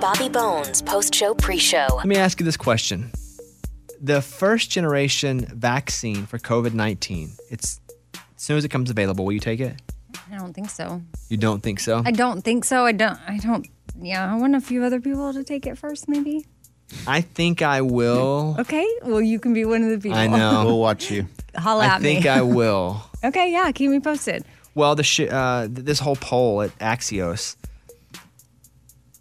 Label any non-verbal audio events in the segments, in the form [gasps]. Bobby Bones post show pre show. Let me ask you this question. The first generation vaccine for COVID 19, it's as soon as it comes available, will you take it? I don't think so. You don't think so? I don't think so. I don't. I don't. Yeah, I want a few other people to take it first, maybe. I think I will. Okay. Well, [laughs] you can be one of the people. I know. We'll watch you. [laughs] Holla I at think me. I will. [laughs] okay. Yeah. Keep me posted. Well, the sh- uh, th- this whole poll at Axios,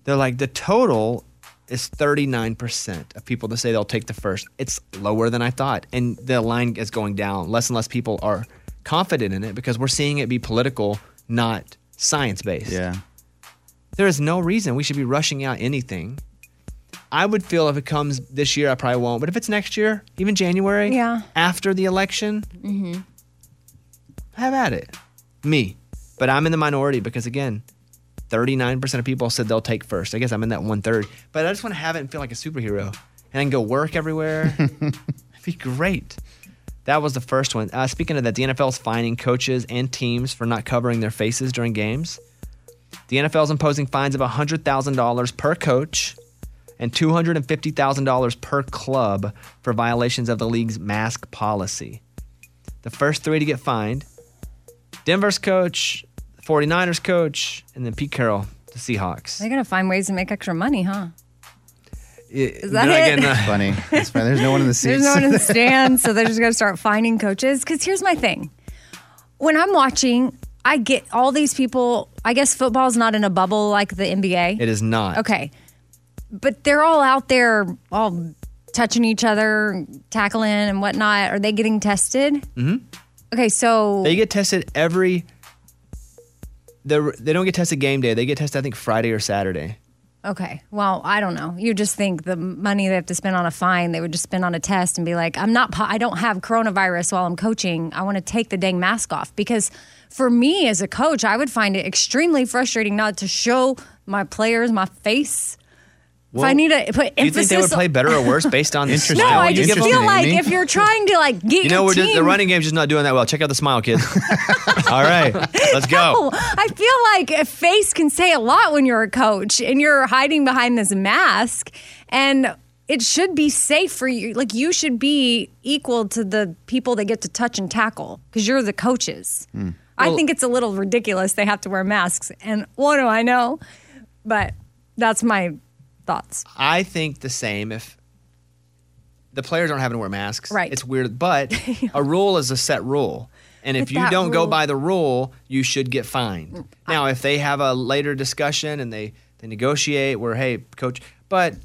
they're like the total is 39% of people that say they'll take the first. It's lower than I thought, and the line is going down. Less and less people are confident in it because we're seeing it be political, not science based. Yeah. There is no reason we should be rushing out anything. I would feel if it comes this year, I probably won't. But if it's next year, even January, Yeah. after the election, Mm-hmm. have at it. Me. But I'm in the minority because, again, 39% of people said they'll take first. I guess I'm in that one third. But I just want to have it and feel like a superhero. And I can go work everywhere. It'd be great. That was the first one. Uh, speaking of that, the NFL's fining coaches and teams for not covering their faces during games. The NFL's imposing fines of $100,000 per coach and $250,000 per club for violations of the league's mask policy. The first three to get fined Denver's coach, 49ers coach, and then Pete Carroll, the Seahawks. They're gonna find ways to make extra money, huh? Is that it? uh, Funny. That's funny. There's no one in the [laughs] There's seats. no [laughs] one in the stands, so they're just gonna start finding coaches. Because here's my thing: when I'm watching, I get all these people. I guess football's not in a bubble like the NBA. It is not. Okay. But they're all out there, all touching each other, tackling and whatnot. Are they getting tested? Mm-hmm. Okay, so They get tested every. they're- They don't get tested game day. They get tested, I think, Friday or Saturday. okay, well, I don't know. You just think the money they have to spend on a fine, they would just spend on a test and be like, "I'm not, po- I don't have coronavirus while I'm coaching. I want to take the dang mask off." Because for me as a coach, I would find it extremely frustrating not to show my players my face. if I need to put emphasis, Do you think they would play better or [laughs] worse based on the Interesting. No, smile I you just give them? feel Interesting, like Amy. if you're trying to like get You know, your we're just, team, the running game's just not doing that well. Check out the smile, [laughs] kids. All right, let's go. No, Oh, I feel like a face can say a lot when you're a coach and you're hiding behind this mask, and it should be safe for you. Like you should be equal to the people that get to touch and tackle because you're the coaches. I think it's a little ridiculous they have to wear masks, and what do I know? But that's my thoughts. I think the same if the players aren't having to wear masks. Right. It's weird, [laughs] but a rule is a set rule. And if But you that don't go rule- Mm, by the rule, you should get fined. Now, if they have a later discussion and they, they negotiate where, hey, coach, but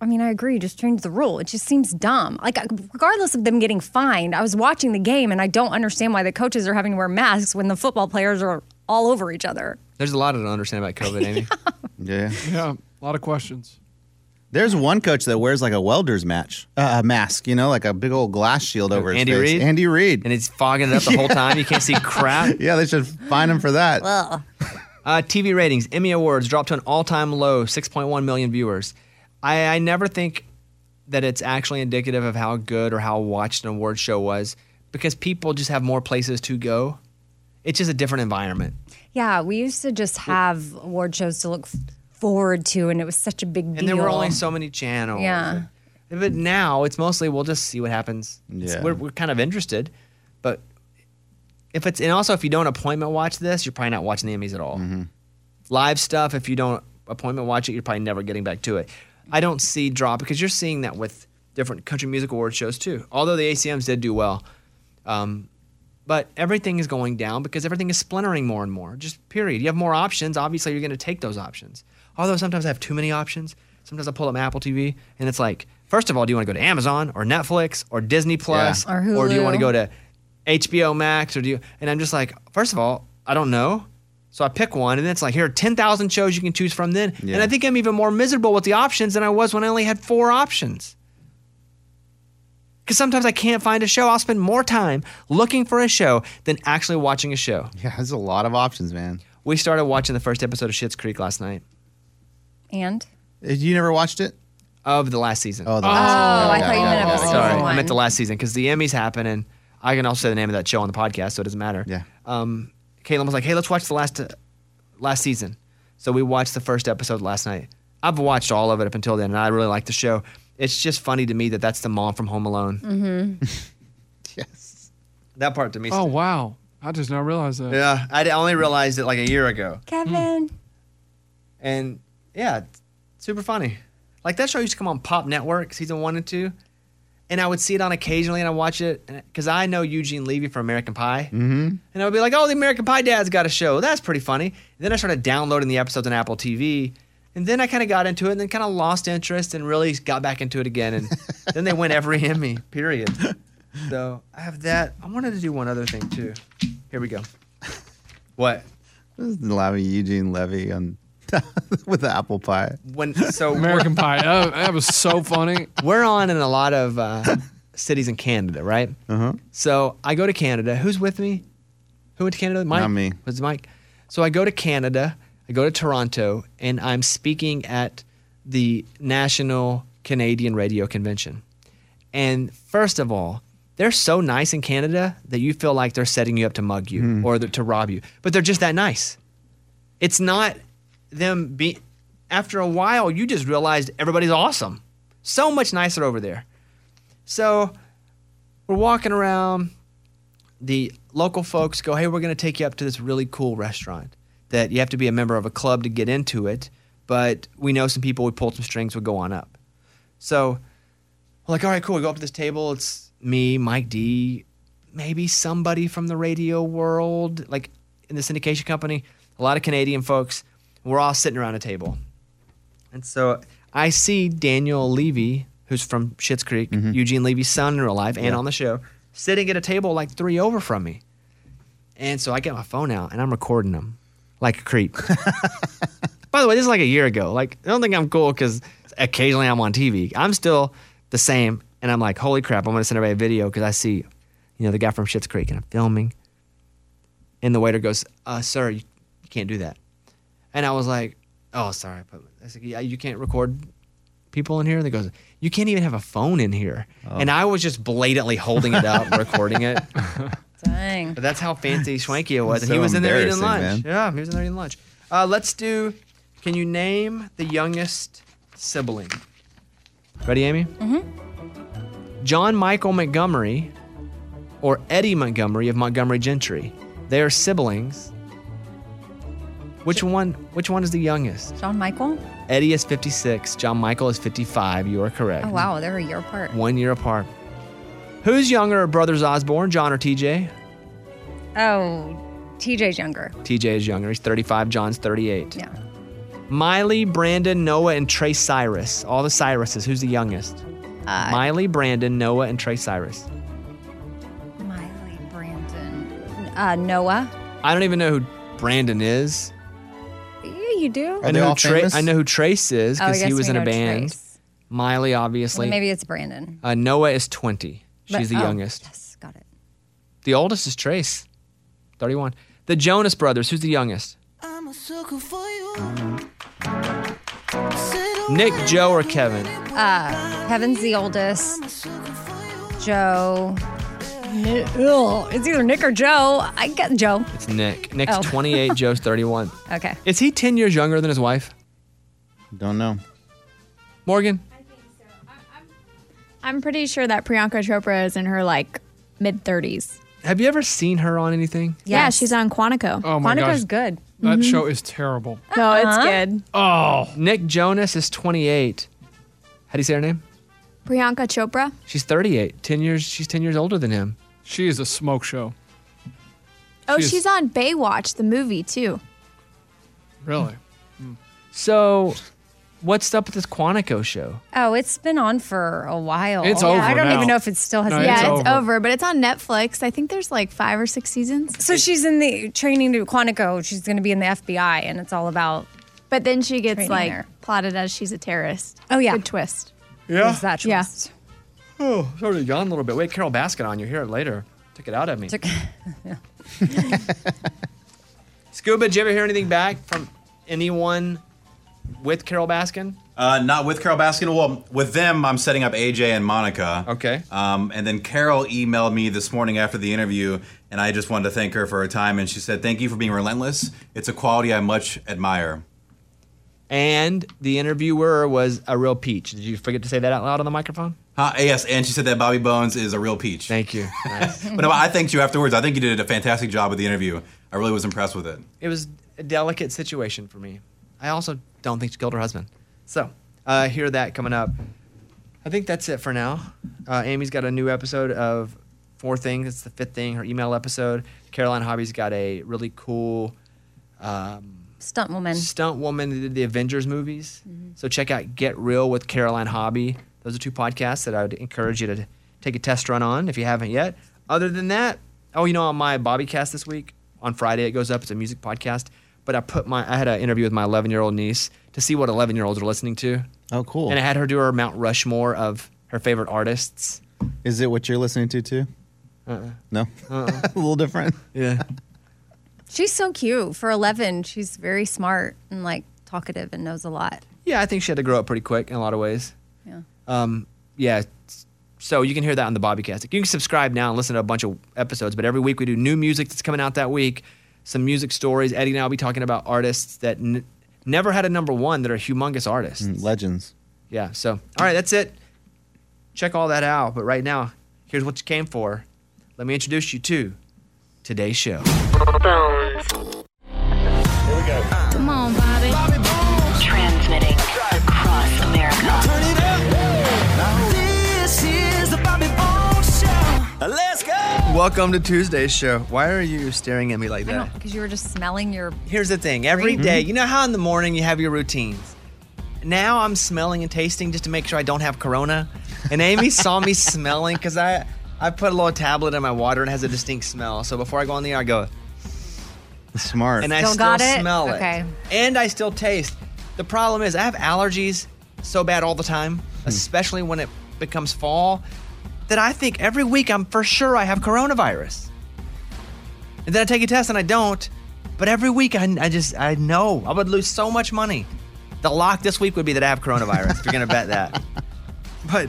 I mean, I agree. Just change the rule. It just seems dumb. Like, regardless of them getting fined, I was watching the game and I don't understand why the coaches are having to wear masks when the football players are all over each other. there's a lot I don't understand about [laughs] COVID, Amy. Yeah. Yeah, a lot of questions. There's one coach that wears like a welder's match, uh, mask, you know, like a big old glass shield over his Andy face. Reid? Andy Reid. and it's fogging it up [laughs] the [laughs] whole time. You can't see crap. yeah, they should find him for that. Uh, TV ratings, Emmy Awards dropped to an all time low, 6.1 million viewers. I, I never think that it's actually indicative of how good or how watched an award show was because people just have more places to go. It's just a different environment. Yeah, we used to just have award shows to look f- forward to, and it was such a big deal. And there were only so many channels. Yeah. But now it's mostly we'll just see what happens. It's- Yeah. We're, we're kind of interested. But if it's, and also if you don't appointment watch this, you're probably not watching the Emmys at all. Live stuff, if you don't appointment watch it, you're probably never getting back to it. I don't see drop because you're seeing that with different country music award shows too. Although the ACMs did do well. Um, but everything is going down because everything is splintering more and more. Just period. You have more options. Obviously, you're going to take those options. Although sometimes I have too many options. Sometimes I pull up my Apple TV and it's like, first of all, do you want to go to Amazon or Netflix or Disney Plus Or or do you want to go Hulu. to HBO Max or do you? And I'm just like, first of all, I don't know. So I pick one, and then it's like here are ten thousand shows you can choose from. Then, Yeah. and I think I'm even more miserable with the options than I was when I only had four options. Because sometimes I can't find a show. I'll spend more time looking for a show than actually watching a show. Yeah, there's a lot of options, man. We started watching the first episode of Schitt's Creek last night And Uh, You never watched it? of the last season. Oh, the oh, I yeah, thought you yeah, meant yeah, it was yeah. season sorry, one. I meant the last season because the Emmys happen, and I can also say the name of that show on the podcast, so it doesn't matter. Yeah. Um, Caitlin was like, "Hey, let's watch the last uh, last season." So we watched the first episode last night, I've watched all of it up until then, and I really like the show. It's just funny to me that that's the mom from Home Alone. Mm-hmm. Yes. That part to me. Oh wow! I just now realized that. Yeah, Hmm. I d- only realized it like a year ago, Kevin. and yeah, it's super funny. Like that show used to come on Pop Network, season one and two, and I would see it on occasionally, and I watch it because I know Eugene Levy from American Pie, mm-hmm. and I would be like, "Oh, the American Pie Dad's got a show. That's pretty funny." And then I started downloading the episodes on Apple TV, and then I kind of got into it, and then kind of lost interest, and really got back into it again, and then they win every Emmy. Period. So I have that. I wanted to do one other thing too. Here we go. What? This is Lobby Eugene Levy on [laughs] with the apple pie. [laughs] when so we're, American Pie. Oh, that was so funny. we're on in a lot of uh, cities in Canada, right? Uh-huh. So I go to Canada. Who's with me? Who went to Canada? Mike. Not me. Was it Mike? So I go to Canada. I go to Toronto, and I'm speaking at the National Canadian Radio Convention. And first of all, they're so nice in Canada that you feel like they're setting you up to mug you Hmm. or th- to rob you, but they're just that nice. It's not them be after a while you just realized everybody's awesome. So much nicer over there. So we're walking around the local folks go, "Hey, we're going to take you up to this really cool restaurant that you have to be a member of a club to get into it, but we know some people we pulled some strings would go on up." So we're like, all right, cool. We go up to this table. It's me, Mike D, maybe somebody from the radio world, like in the syndication company, a lot of Canadian folks. We're all sitting around a table. And so I see Daniel Levy, who's from Schitt's Creek, Eugene Levy's son in real life and on the show, sitting at a table like three over from me. And so I get my phone out and I'm recording them like a creep. By the way, this is like a year ago. Like, I don't think I'm cool because occasionally I'm on TV. I'm still the same. And I'm like, holy crap, I'm going to send everybody a video because I see, you know, the guy from Schitt's Creek and I'm filming. And the waiter goes, uh, sir, you, you can't do that. And I was like, oh, sorry. But I said, yeah, you can't record people in here. And they goes, you can't even have a phone in here. Oh. And I was just blatantly holding it up and recording it. Dang. But that's how fancy swanky it was. And So he was in there eating lunch. embarrassing, Yeah, he was in there eating lunch. Uh, let's do. Can you name the youngest sibling? Ready, Amy? Mm-hmm. John Michael Montgomery or Eddie Montgomery of Montgomery Gentry. They are siblings. Which one? Which one is the youngest? John Michael? Eddie is 56. John Michael is 55. You are correct. Oh, wow. They're a year apart. One year apart. Who's younger, of brothers Osborne, John or TJ? Oh, TJ's younger. TJ is younger. He's 35. John's 38. Yeah. Miley, Brandon, Noah, and Trey Cyrus. All the Cyruses. Who's the youngest? Uh, Miley, Brandon, Noah, and Trey Cyrus. Miley, Brandon, uh, Noah. I don't even know who Brandon is. Yeah, you do. Are I they know, all who Tra- famous? I know who Trace is Oh, I because he guess was we in a know band. Trace. Miley, obviously. Well, maybe it's Brandon. uh, Noah is 20. She's But- the oh, youngest. Yes, got it. The oldest is Trace, 31. The Jonas Brothers. Who's the youngest? I'm a sucker for you. Said I Nick, Joe, or Kevin? Uh, Kevin's the oldest. Joe. Ni- Ugh, it's either Nick or Joe. I got Joe. It's Nick. Nick's Oh. [laughs] 28. Joe's 31. Okay. Is he 10 years younger than his wife? Don't know. Morgan? I'm pretty sure that Priyanka Chopra is in her like mid 30s. Have you ever seen her on anything? Yeah, Yes. she's on Quantico. Mm-hmm. Oh my Monica's gosh, good. that show is terrible. No, it's good. Oh, Nick Jonas is 28. How do you say her name? Priyanka Chopra. She's 38. 10 years. She's 10 years older than him. she is a smoke show. Oh, She's- she's on Baywatch, the movie too. Really? [laughs] So, what's up with this Quantico show? Oh, it's been on for a while. It's Yeah, over I don't now. even know if it still has. No, an it's Yeah, end. it's, over. over. but it's on Netflix. I think there's like five or six seasons. So she's in the training to Quantico. She's going to be in the FBI, and it's all about But then she gets Training like there. plotted as she's a terrorist. Oh, yeah. Good twist. yeah. that Yeah. twist. Oh, sort of gone a little bit. Wait, Carol Baskin on. You hear it later. Took it out of me. Took- [laughs] Scuba, did you ever hear anything back from anyone with Carol Baskin? Uh, not with Carol Baskin. Well, with them, I'm setting up AJ and Monica. Okay. Um, and then Carol emailed me this morning after the interview, and I just wanted to thank her for her time. And she said, "Thank you for being relentless. It's a quality I much admire." And the interviewer was a real peach. Did you forget to say that out loud on the microphone? Huh, yes, and she said that Bobby Bones is a real peach. Thank [laughs] you. Nice. But no, I thanked you afterwards. I think you did a fantastic job with the interview. I really was impressed with it. it was a delicate situation for me. I also don't think she killed her husband. So, uh, hear that coming up. I think that's it for now. Uh, Amy's got a new episode of Four Things. It's the fifth thing, her email episode. Caroline Hobby's got a really cool um, Stunt woman. Mm-hmm. stunt woman that did the Avengers movies. So check out Get Real with Caroline Hobby. Those are two podcasts that I would encourage you to take a test run on if you haven't yet. Other than that, oh, you know, on my Bobbycast this week on Friday it goes up. It's a music podcast, but I put my I had an interview with my 11 year old niece to see what 11 year olds are listening to, Oh, cool. and I had her do her Mount Rushmore of her favorite artists. Uh-uh. Is it what you're listening to too? No, [laughs] a little different. Yeah, She's so cute. For 11, she's very smart and like talkative and knows a lot. yeah, I think she had to grow up pretty quick in a lot of ways. Yeah. Um, yeah. s- So you can hear that on the Bobbycast. You can subscribe now and listen to a bunch of episodes. But every week we do new music that's coming out that week, some music stories. Eddie and I will be talking about artists that n- never had a number one that are humongous artists. Mm, Legends. Yeah. So all right, that's it. Check all that out. But right now, here's what you came for. Let me introduce you to today's show. Bones. Come on, Bobby. Transmitting across America. This is the Bobby Bones Show. Let's go. Welcome to Tuesday's show. Why are you staring at me like I don't, because you were just smelling your. here's the thing every day you know how in the morning you have your routines now i'm smelling and tasting just to make sure i don't have corona and amy saw me smelling because i i put a little tablet in my water and it has a distinct smell so before i go on the air i go Smart. and i Still still got it? smell Okay. it and i still taste the problem is i have allergies so bad all the time especially when it becomes fall that i think every week i'm for sure i have coronavirus and then I take a test and I don't. But every week I, I just I know I would lose so much money. The lock this week would be that I have coronavirus. if you're gonna bet that, but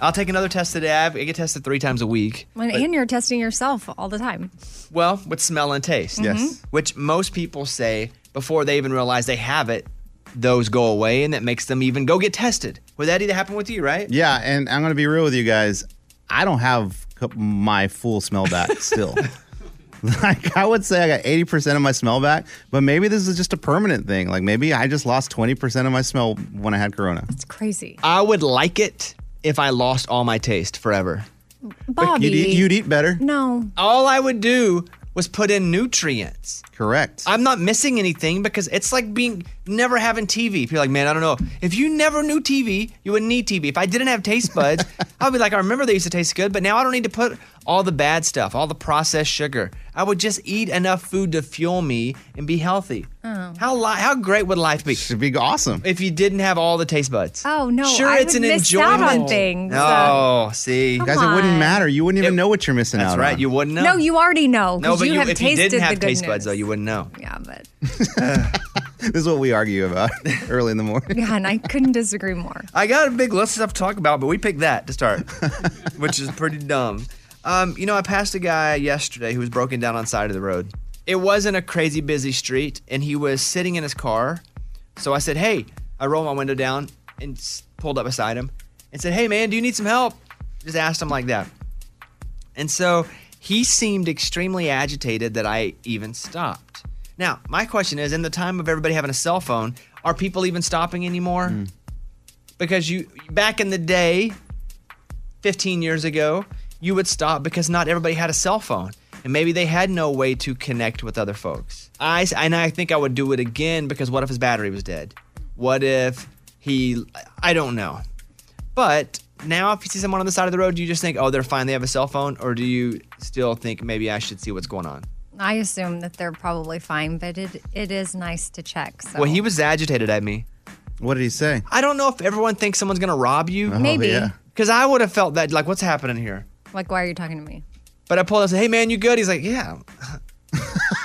I'll take another test today. I have- I get tested three times a week. When, and you're testing yourself all the time. Well, with smell and taste. Yes. Which most people say before they even realize they have it, those go away, and that makes them even go get tested. Would that either happen with you, right? Yeah, and I'm gonna be real with you guys. I don't have co- my full smell back still. like I would say, I got 80% of my smell back, but maybe this is just a permanent thing. Like maybe I just lost 20% of my smell when I had Corona. It's crazy. I would like it if I lost all my taste forever. Bobby. You'd eat, you'd eat better. no. All I would do was put in nutrients. Correct. I'm not missing anything because it's like being never having TV. People are like, man, I don't know. If you never knew TV, you wouldn't need TV. If I didn't have [laughs] taste buds, I'd be like, I remember they used to taste good, but now I don't need to put all the bad stuff, all the processed sugar. I would just eat enough food to fuel me and be healthy. How li- how great would life be Should be awesome. if you didn't have all the taste buds? Oh, no. Sure, I it's would an miss enjoyment. Out on things. Uh, Oh, see, guys, it on. wouldn't matter. You wouldn't even know what you're missing that's out right. on. You wouldn't know. no, you already know. no, 'cause but you, you, have if you tasted didn't the have good taste news. buds, though, you wouldn't know. Yeah, but. [laughs] This is what we argue [laughs] about early in the morning. [laughs] Yeah, and I couldn't disagree more. I got a big list of stuff to talk about, but we picked that to start, which is pretty dumb. Um, you know, I passed a guy yesterday who was broken down on the side of the road. It wasn't a crazy busy street, and he was sitting in his car. So I said, "Hey," I rolled my window down and s- pulled up beside him and said, "Hey, man, do you need some help?" Just asked him like that. And so he seemed extremely agitated that I even stopped. Now, my question is in the time of everybody having a cell phone, are people even stopping anymore? Because you back in the day, 15 years ago, you would stop because not everybody had a cell phone and maybe they had no way to connect with other folks. I s- and I think I would do it again because what if his battery was dead? What if he I don't know. But now, if you see someone on the side of the road, do you just think, oh, they're fine, they have a cell phone? Or do you still think maybe I should see what's going on? I assume that they're probably fine, but it it is nice to check. So. Well, he was agitated at me. What did he say? Oh, I don't know if everyone thinks someone's going to rob you. Maybe. yeah. Because I would have felt that, like, what's happening here? Like, why are you talking to me? But I pulled up and said, hey, man, you good? He's like, yeah. [laughs]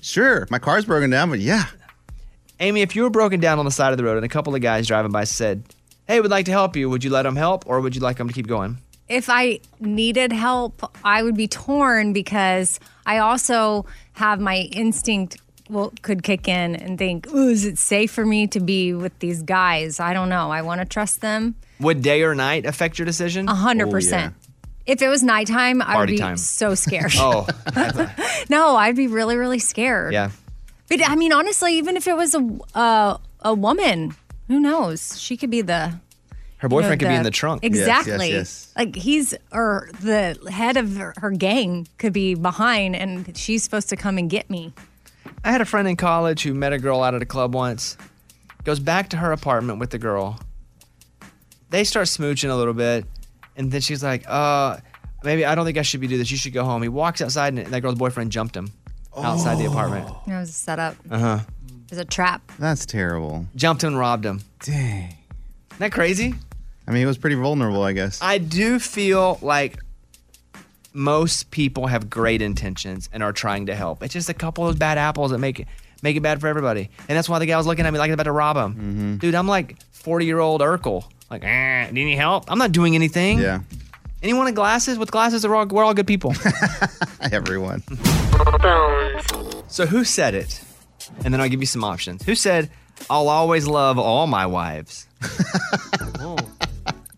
Sure, my car's broken down, but yeah, Amy, if you were broken down on the side of the road and a couple of guys driving by said, hey, would like to help you, would you let them help or would you like them to keep going? If I needed help, I would be torn because I also have my instinct will could kick in and think, "Ooh, is it safe for me to be with these guys? I don't know. I want to trust them." Would day or night affect your decision? A Oh, hundred percent. If it was nighttime, I would Oh, Party be time. so scared. [laughs] [laughs] Oh, [laughs] No, I'd be really, really scared. yeah. But I mean, honestly, even if it was a uh, a woman, who knows? She could be the Her you know, boyfriend could be in the trunk. Exactly. yes. Like he's or the head of her, her gang could be behind, and she's supposed to come and get me. I had a friend in college who met a girl out at a club once. Goes back to her apartment with the girl. They start smooching a little bit, and then she's like, "Uh, maybe I don't think I should be doing this. You should go home." He walks outside, and that girl's boyfriend jumped him outside the apartment, That was a setup. Uh huh. It was a trap. That's terrible. Uh-huh. jumped him, and robbed him. Dang. Isn't that crazy? I mean, it was pretty vulnerable, I guess. I do feel like most people have great intentions and are trying to help. It's just a couple of bad apples that make it make it bad for everybody. And that's why the guy was looking at me like he's about to rob him. Mm-hmm. Dude, I'm like 40 year old Urkel. Like, eh, need any help? I'm not doing anything. yeah. Anyone in glasses with glasses are all we're all good people. [laughs] Everyone. Bones. so who said it? And then I'll give you some options. Who said I'll always love all my wives?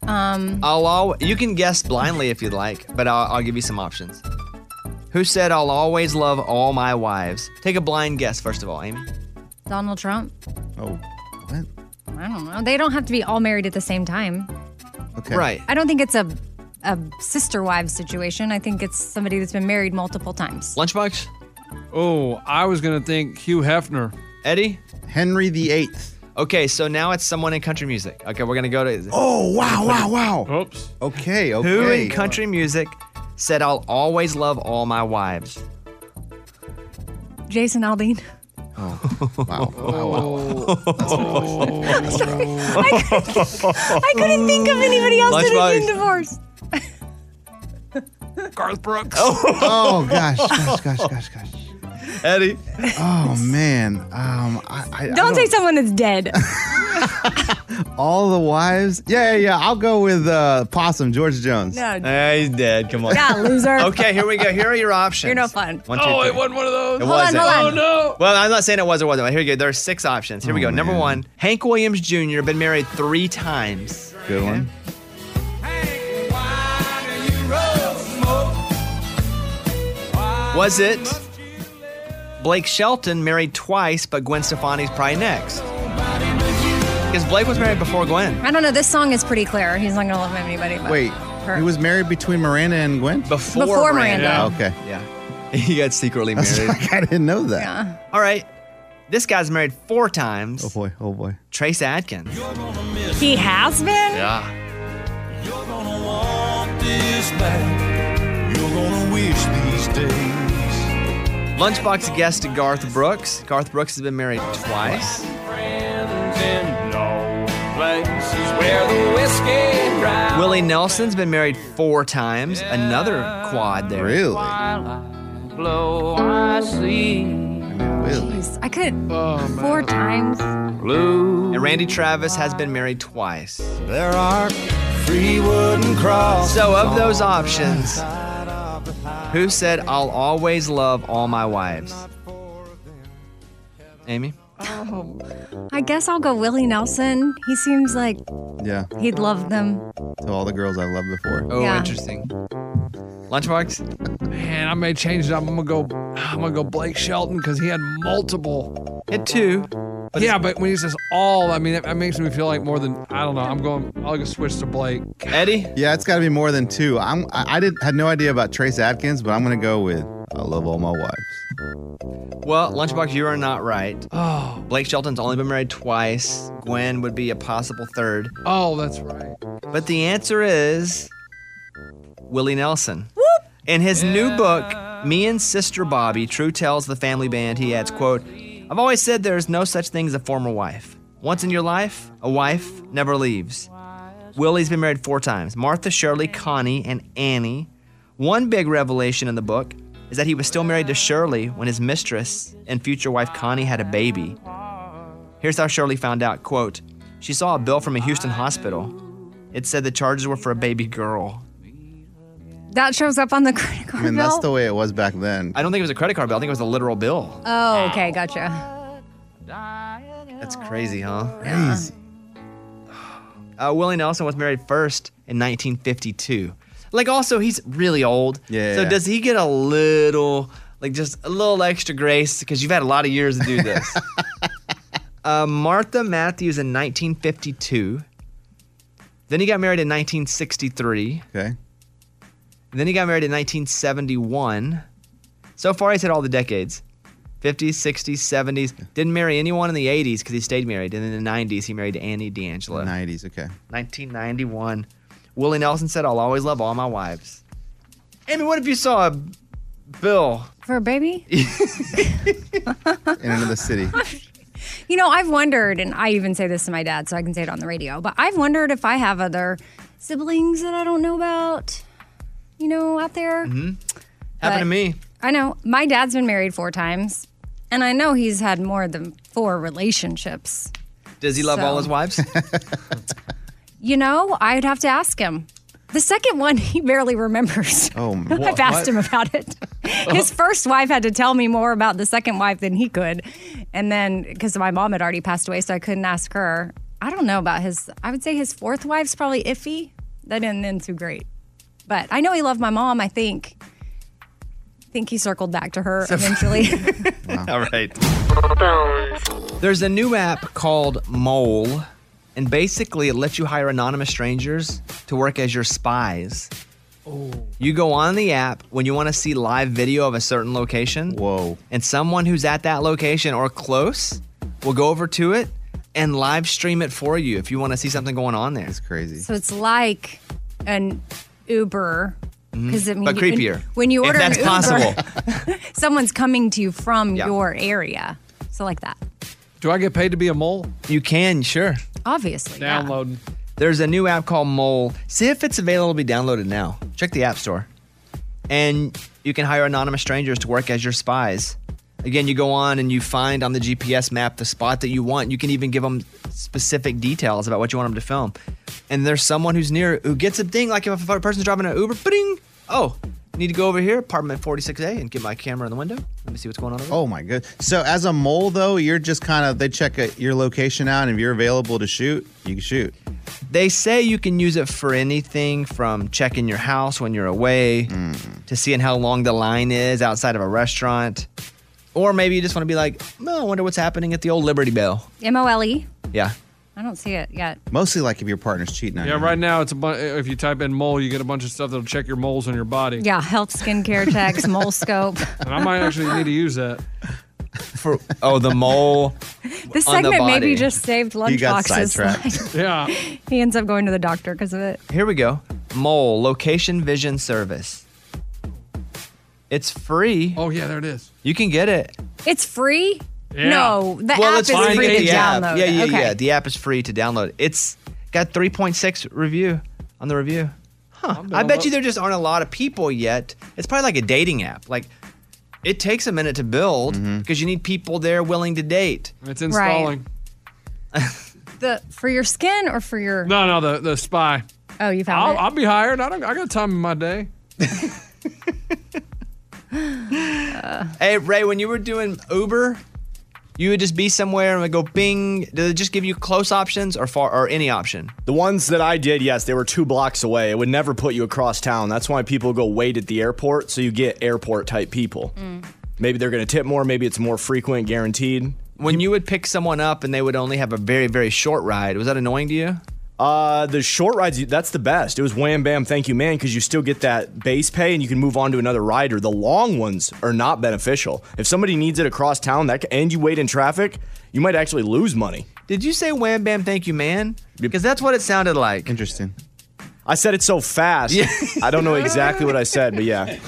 um, I'll al- you can guess blindly if you'd like, but I'll, I'll give you some options. Who said I'll always love all my wives? Take a blind guess first of all, Amy. Donald Trump. Oh, what? I don't know. They don't have to be all married at the same time. Okay. Right. I don't think it's a a sister wives situation. I think it's somebody that's been married multiple times. Lunchbox, Oh, I was gonna think Hugh Hefner. Eddie. Henry the Eighth. Okay, so now it's someone in country music. Okay, we're gonna go to Oh, wow, wow, wow. Oops. Okay, okay. who in country music said I'll always love all my wives. Jason Aldean. [laughs] [laughs] Wow, wow, wow. Oh, [laughs] Oh. [laughs] I couldn't think of anybody else that had been Lunchbox. divorced. [laughs] Garth Brooks. Oh, Oh, [laughs] gosh, gosh, gosh, gosh, gosh. Eddie. Oh, man. Um, I, I, I Don't say someone that's dead. All the wives? Yeah, yeah, yeah. I'll go with uh, Possum, George Jones. Uh, No, Eh, he's dead. Come on. yeah, loser. Okay, here we go. Here are your options. [laughs] You're no fun. One, two, three. it wasn't Oh, one of those. It wasn't. hold Oh no. Well, I'm not saying it was or wasn't. but Here we go. There are six options. Here we go. Number one, Hank Williams Jr. been married three times. Good one. Was it Blake Shelton married twice, but Gwen Stefani's probably next? Because Blake was married before Gwen. I don't know. This song is pretty clear. He's not gonna love anybody. But Wait, her. he was married between Miranda and Gwen? Before, Before Miranda. Oh, okay. [laughs] Yeah. He got secretly That's married. like I didn't know that. All right. [laughs] This guy's married four times. Oh boy, oh boy. Trace Adkins. he has been. Yeah. You're gonna want this back. You're gonna wish these days. Lunchbox guest Garth Brooks. Garth Brooks has been married twice. Friends in no places where the whiskey drives. Willie Nelson's been married four times. Another quad there. Really? Blow, I see Really? Jeez, I could Oh, man. four times. blue. And Randy Travis has been married twice. There are three wooden crosses. So, of those options, who said, I'll always love all my wives? Amy? I guess I'll go Willie Nelson. He seems like Yeah. he'd love them. To all the girls I've loved before. Oh, Yeah. interesting. Lunchbox? Man, I may change it up. I'm gonna go. I'm gonna go Blake Shelton because he had multiple. Hit two. yeah, but when he says all, I mean that, that makes me feel like more than I don't know. I'm going. I'll just switch to Blake. Eddie? Yeah, it's got to be more than two. I'm, I, I didn't had no idea about Trace Adkins, but I'm gonna go with I love all my wives. Well, Lunchbox, you are not right. [sighs] Oh, Blake Shelton's only been married twice. Gwen would be a possible third. oh, that's right. But the answer is Willie Nelson. In his new book, Me and Sister Bobby, True Tells the Family Band, he adds, quote, I've always said there is no such thing as a former wife. Once in your life, a wife never leaves. Willie's been married four times Martha, Shirley, Connie, and Annie. One big revelation in the book is that he was still married to Shirley when his mistress and future wife Connie had a baby. Here's how Shirley found out, quote, she saw a bill from a Houston hospital. It said the charges were for a baby girl. That shows up on the [laughs] credit card I mean, bill. that's the way it was back then. I don't think it was a credit card bill. I think it was a literal bill. oh, okay, gotcha. That's crazy, huh? Crazy. [sighs] Uh, Willie Nelson was married first in 1952. Like, also, he's really old. Yeah. So does he get a little, like, just a little extra grace because you've had a lot of years to [laughs] do this? uh, Martha Matthews in 1952. Then he got married in 1963. Okay. And then he got married in 1971. So far, he's hit all the decades 50s, 60s, 70s. Didn't marry anyone in the 80s because he stayed married. And in the 90s, he married Annie D'Angelo. 90s. Okay. 1991. Willie Nelson said, I'll always love all my wives. Amy, what if you saw a bill? For a baby? In [laughs] another [laughs] city. You know, I've wondered, and I even say this to my dad, so I can say it on the radio, but I've wondered if I have other siblings that I don't know about, you know, out there. Mm-hmm. Mm-hmm. Happened But- to me. I know. My dad's been married four times, and I know he's had more than four relationships. Does he love all So- his wives? You know, I'd have to ask him. The second one, [laughs] he barely remembers. [laughs] [laughs] Oh, m- I've asked him about it. His first wife had to tell me more about the second wife than he could. And then, because my mom had already passed away, so I couldn't ask her. I don't know about his, I would say his fourth wife's probably iffy. That didn't end too great. But I know he loved my mom, I think. I think he circled back to her eventually. all right. Bones. There's a new app called Mole, and basically it lets you hire anonymous strangers to work as your spies. You go on the app when you want to see live video of a certain location. Whoa. And someone who's at that location or close will go over to it and live stream it for you if you want to see something going on there. It's crazy. so it's like an Uber. Because it mean, Mm-hmm. But you- when- creepier. When you if order that's an Uber, possible. [laughs] someone's coming to you from Yeah. your area. So like that. Do I get paid to be a mole? you can, sure. Obviously. yeah. Downloading. There's a new app called Mole. See if it's available to be downloaded now. Check the App Store. And you can hire anonymous strangers to work as your spies. Again, you go on and you find on the GPS map the spot that you want. You can even give them specific details about what you want them to film. And there's someone who's near who gets a ding, like if a person's driving an Uber, bing! Oh, need to go over here, apartment 46A, and get my camera in the window. Let me see what's going on over there. Oh my good. So as a mole though, you're just kind of they check uh your location out, and if you're available to shoot, you can shoot. They say you can use it for anything from checking your house when you're away Mm. to seeing how long the line is outside of a restaurant. Or maybe you just want to be like, oh, I wonder what's happening at the old Liberty Bell. M O L E. Yeah. I don't see it yet. Mostly like if your partner's cheating on Yeah, you. right now it's a bu- if you type in mole, you get a bunch of stuff that'll check your moles on your body. Yeah, health [laughs] skincare checks, mole scope. And I might actually [laughs] need to use that. For oh, the mole. This On the segment maybe body. just saved You lunch got boxes. [laughs] sidetracked. Yeah. [laughs] he ends up going to the doctor because of it. Here we go. Mole Location Vision Service. It's free. Oh yeah, there it is. You can get it. It's free? Yeah. No, the app it's is fine, free get to the app. download. Yeah, yeah, okay. yeah. The app is free to download. It's got 3.6 review on the review. Huh. I bet you there just aren't a lot of people yet. It's probably like a dating app. Like it takes a minute to build because you need people there willing to date. It's installing. The for your skin or for your No, no, the the spy. Oh, you found I'll, it. I'll be hired. I don't. I got time in my day. Hey Ray, when you were doing Uber, you would just be somewhere and would go bing. Did it just give you close options or far or any option? The ones that I did, yes, they were two blocks away. It would never put you across town. That's why people go wait at the airport, so you get airport type people. Maybe they're going to tip more. Maybe it's more frequent, guaranteed. When you would pick someone up and they would only have a very very short ride, was that annoying to you? Uh, the short rides, you- that's the best. It was wham bam, thank you, man, because you still get that base pay and you can move on to another rider. The long ones are not beneficial. If somebody needs it across town, that c- and you wait in traffic, you might actually lose money. Did you say wham bam thank you man? Because that's what it sounded like. Interesting. I said it so fast. I don't know exactly what I said, but [laughs] yeah.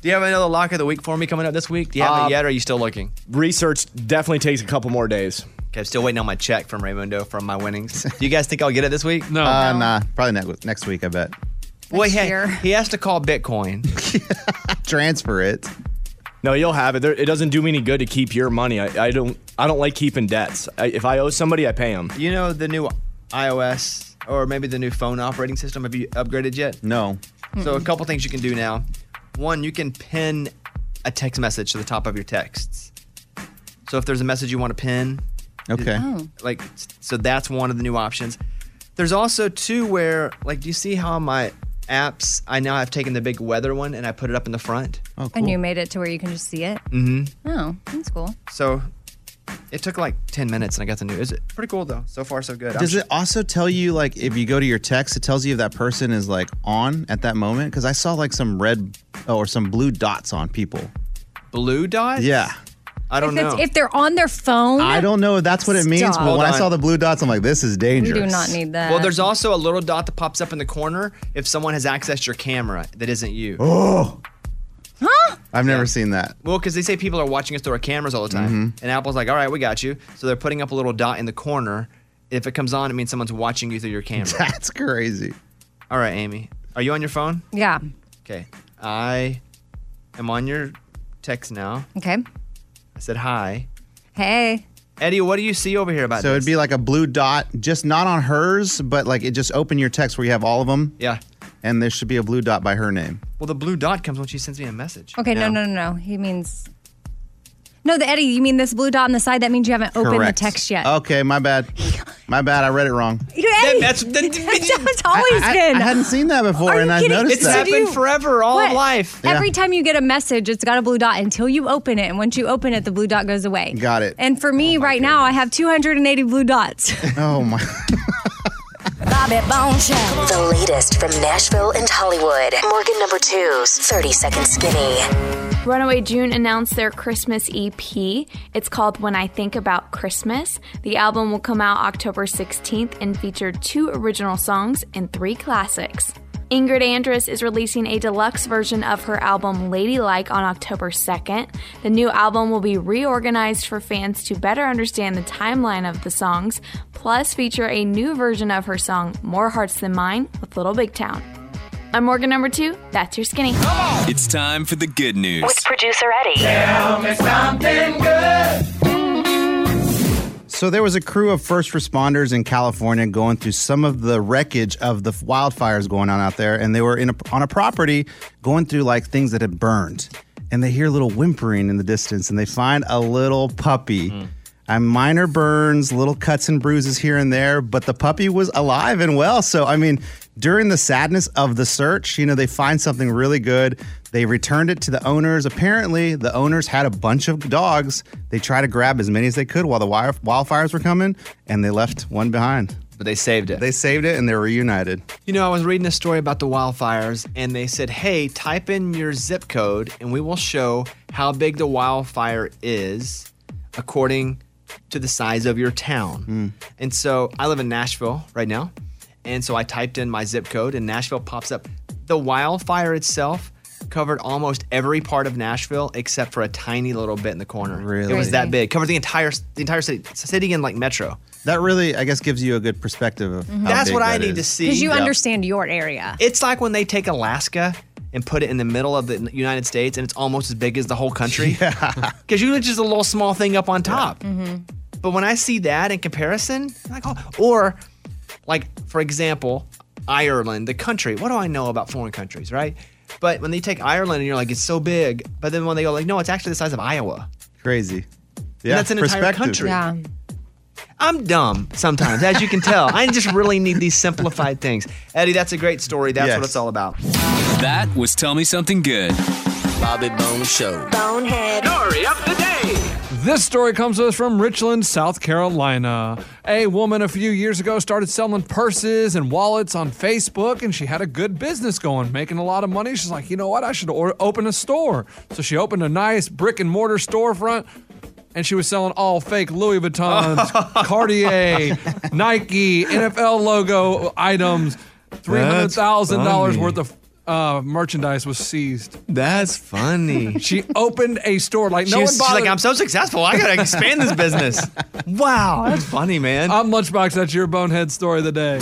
Do you have another lock of the week for me coming up this week? Do you have Uh, it yet, or are you still looking? Research definitely takes a couple more days. Okay, I'm still waiting on my check from Raymundo from my winnings. Do you guys think I'll get it this week? No. Uh, nah, probably next next week. I bet. Well, he, year. he has to call Bitcoin. [laughs] Transfer it. No, you'll have it. There, it doesn't do me any good to keep your money. I, I don't. I don't like keeping debts. I, if I owe somebody, I pay them. You know the new iOS or maybe the new phone operating system. Have you upgraded yet? No. So a couple things you can do now. One, you can pin a text message to the top of your texts. So if there's a message you want to pin, Okay. like so that's one of the new options. There's also two where like do you see how my apps I now have taken the big weather one and I put it up in the front. Oh, And cool. you made it to where you can just see it. Mm-hmm. Oh, that's cool. So it took like 10 minutes and I got the new. Is it pretty cool though? So far so good. I'm Does sh- it also tell you like if you go to your text, it tells you if that person is like on at that moment? Because I saw like some red oh, or some blue dots on people. blue dot? Yeah. I don't If, it's, know. if they're on their phone, I don't know if that's what it means, Stop. but when I Hold saw on. the blue dots, I'm like, this is we dangerous. do not need that. well, there's also a little dot that pops up in the corner if someone has accessed your camera that [gasps] isn't you. Oh. I've never seen that. Well, because they say people are watching us through our cameras all the time, Mm-hmm. and Apple's like, "All right, we got you." So they're putting up a little dot in the corner. If it comes on, it means someone's watching you through your camera. [laughs] That's crazy. all right, Amy, are you on your phone? yeah. Okay, I am on your text now. Okay. I said hi, Hey. Eddie. What do you see over here about So this? it'd be like a blue dot, just not on hers, but like it just open your text where you have all of them, yeah. and there should be a blue dot by her name. Well, the blue dot comes when she sends me a message. Okay. No. No. No. No. He means. No, the Eddie. You mean this blue dot on the side? That means you haven't opened the Correct. Uh, text yet. Okay, my bad. [laughs] My bad. I read it wrong. You- Eddie, that's- that- [laughs] that's always I, I- been. I [laughs] hadn't seen that before, Are you and I kidding? noticed It's So that. happened do you- forever, all What? of life. Yeah. Every time you get a message, it's got a blue dot until you open it. And once you open it, the blue dot goes away. Got it. And for me right now, I have 280 blue dots. Oh [laughs] my. Bobby Bone Show. The latest from Nashville and Hollywood. Morgan number two's 30 Second Skinny. Runaway June announced their Christmas EP. It's called When I Think About Christmas. The album will come out October 16th and feature two original songs and three classics. Ingrid Andress is releasing a deluxe version of her album Ladylike on October 2nd. The new album will be reorganized for fans to better understand the timeline of the songs, plus feature a new version of her song More Hearts Than Mine with Little Big Town. I'm Morgan number 2. That's your skinny. It's time for the good news. With producer Eddie. So there was a crew of first responders in California going through some of the wreckage of the wildfires going on out there, and they were in a, on a property going through like things that had burned, and they hear a little whimpering in the distance, and they find a little puppy. Hmm. And minor burns, little cuts and bruises here and there, but the puppy was alive and well. So, I mean, during the sadness of the search, you know, they find something really good. They returned it to the owners. Apparently, the owners had a bunch of dogs. They tried to grab as many as they could while the wire- wildfires were coming, and they left one behind. But they saved it. They saved it and they're reunited. You know, I was reading a story about the wildfires, and they said, hey, type in your zip code, and we will show how big the wildfire is according to the size of your town. And so I live in Nashville right now. And so I typed in my zip code, and Nashville pops up. The wildfire itself covered almost every part of Nashville except for a tiny little bit in the corner. Really? It was Crazy. that big. Covered the entire the entire city, city and like metro. That really, I guess, gives you a good perspective of how That's big what I that need to is. see. Because Mm-hmm. you Yeah. understand your area. It's like when they take Alaska and put it in the middle of the United States and it's almost as big as the whole [laughs] country. Because you it's just a little small thing up on top. Mm-hmm. But when I see that in comparison, I'm like, oh, or like, for example, Ireland, the country. What do I know about foreign countries, right? But when they take Ireland and you're like, it's so big. But then when they go, like, no, it's actually the size of Iowa. Crazy. Yeah, that's an entire perspective. country. yeah. I'm dumb sometimes, as you can tell. I just really need these simplified things. Eddie, that's a great story. That's Yes. what it's all about. That was Tell Me Something Good. Bobby Bone Show. Bonehead. This story comes to us from Richland, South Carolina. A woman a few years ago started selling purses and wallets on Facebook, and she had a good business going, making a lot of money. She's like, you know what? I should or- open a store. So she opened a nice brick and mortar storefront, and she was selling all fake Louis [laughs] Vuittons, Cartier, Nike, NFL logo items. Three hundred thousand dollars funny. worth of uh, merchandise was seized. That's funny. She opened a store like no she one was, she's bothered. like, I'm so successful. I gotta expand [laughs] this business. Wow, that's funny, man. I'm Lunchbox. That's your bonehead story of the day.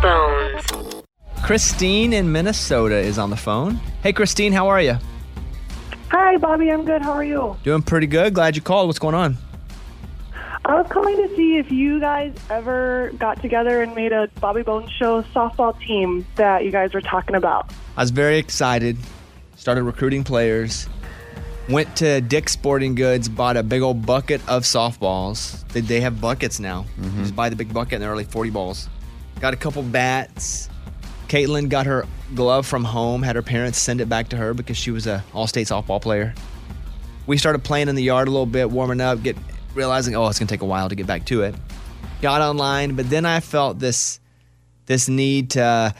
Bones. Christine in Minnesota is on the phone. Hey, Christine, how are you? Hi, Bobby. I'm good. How are you? Doing pretty good. Glad you called. What's going on? I was calling to see if you guys ever got together and made a Bobby Bones Show softball team that you guys were talking about. [laughs] I was very excited. Started recruiting players. Went to Dick's Sporting Goods, bought a big old bucket of softballs. They, they have buckets now. You Just buy the big bucket and they're like 40 balls. Got a couple bats. Caitlin got her glove from home, had her parents send it back to her because she was a all-state softball player. We started playing in the yard a little bit, warming up, get realizing, oh, it's gonna take a while to get back to it. Got online, but then I felt this this need to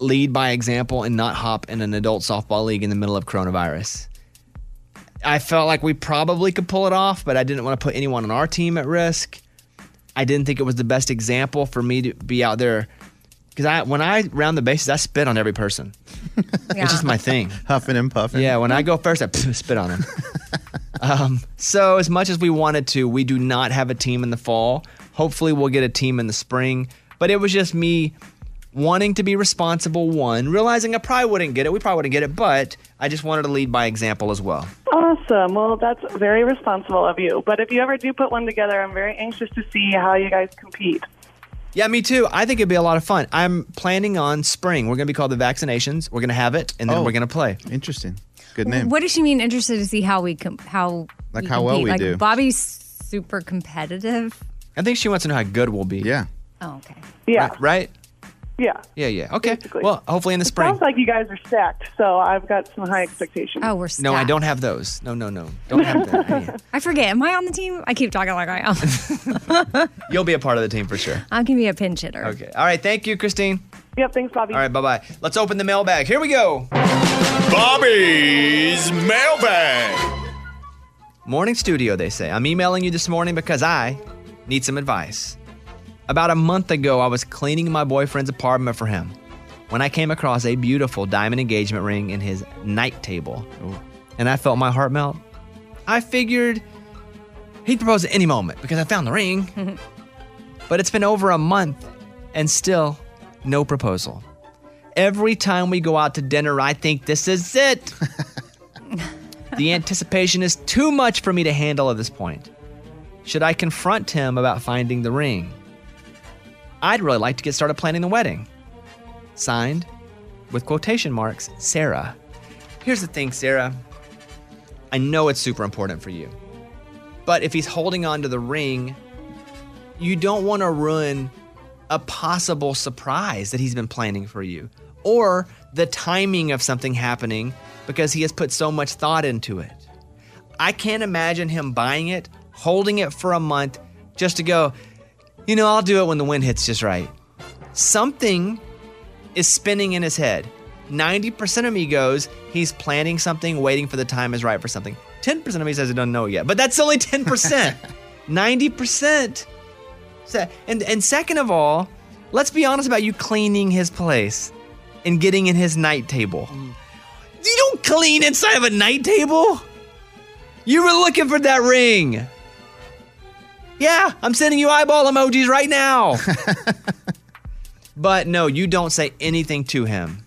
lead by example and not hop in an adult softball league in the middle of coronavirus. I felt like we probably could pull it off, but I didn't want to put anyone on our team at risk. I didn't think it was the best example for me to be out there because I when I round the bases, I spit on every person. It's just my thing, [laughs] huffing and puffing. Yeah, when I go first, I [laughs] spit [laughs] on them. um, so as much as we wanted to, we do not have a team in the fall. Hopefully, we'll get a team in the spring. But it was just me wanting to be responsible. One realizing I probably wouldn't get it. We probably wouldn't get it, but I just wanted to lead by example as well. Awesome. Well, that's very responsible of you. But if you ever do put one together, I'm very anxious to see how you guys compete. Yeah, me too. I think it'd be a lot of fun. I'm planning on spring. We're going to be called the vaccinations. We're going to have it, and then Oh. we're going to play. Interesting. Good What does she mean? Interested to see how we com- how Like we how well compete? we like do. Bobby's super competitive. I think she wants to know how good we'll be. Yeah. Oh, okay. Yeah. Right? right? Yeah. Yeah, yeah. Okay. Well, hopefully in the spring. Sounds like you guys are stacked, so I've got some high expectations. Oh, we're No, I don't have those. No, no, no. Don't have [laughs] them. [laughs] I forget. Am I on the team? I keep talking like I [laughs] am. You'll be a part of the team for sure. I'm gonna be a pinch hitter. Okay. All right. Thank you, Christine. Yep. Thanks, Bobby. All right. Bye bye. Let's open the mailbag. Here we go. Bobby's mailbag. Morning studio, they say. I'm emailing you this morning because I need some advice. About a month ago, I was cleaning my boyfriend's apartment for him when I came across a beautiful diamond engagement ring in his night table. And I felt my heart melt. I figured he'd propose at any moment because I found the ring. but it's been over a month and still no proposal. Every time we go out to dinner, I think this is it. the anticipation is too much for me to handle at this point. Should I confront him about finding the ring? I'd really like to get started planning the wedding. Signed, with quotation marks, Sarah. Here's the thing, Sarah. I know it's super important for you, but if he's holding on to the ring, you don't want to ruin a possible surprise that he's been planning for you or the timing of something happening because he has put so much thought into it. I can't imagine him buying it, holding it for a month just to go, you know, I'll do it when the wind hits just right. Something is spinning in his head. 90% of me goes, he's planning something, waiting for the time is right for something. 10% of me says, I don't know yet, but that's only 10%. 90%. So- And, and second of all, let's be honest about you cleaning his place and getting in his night table. You don't clean inside of a night table. You were looking for that ring. Yeah, I'm sending you eyeball emojis right now. but no, you don't say anything to him.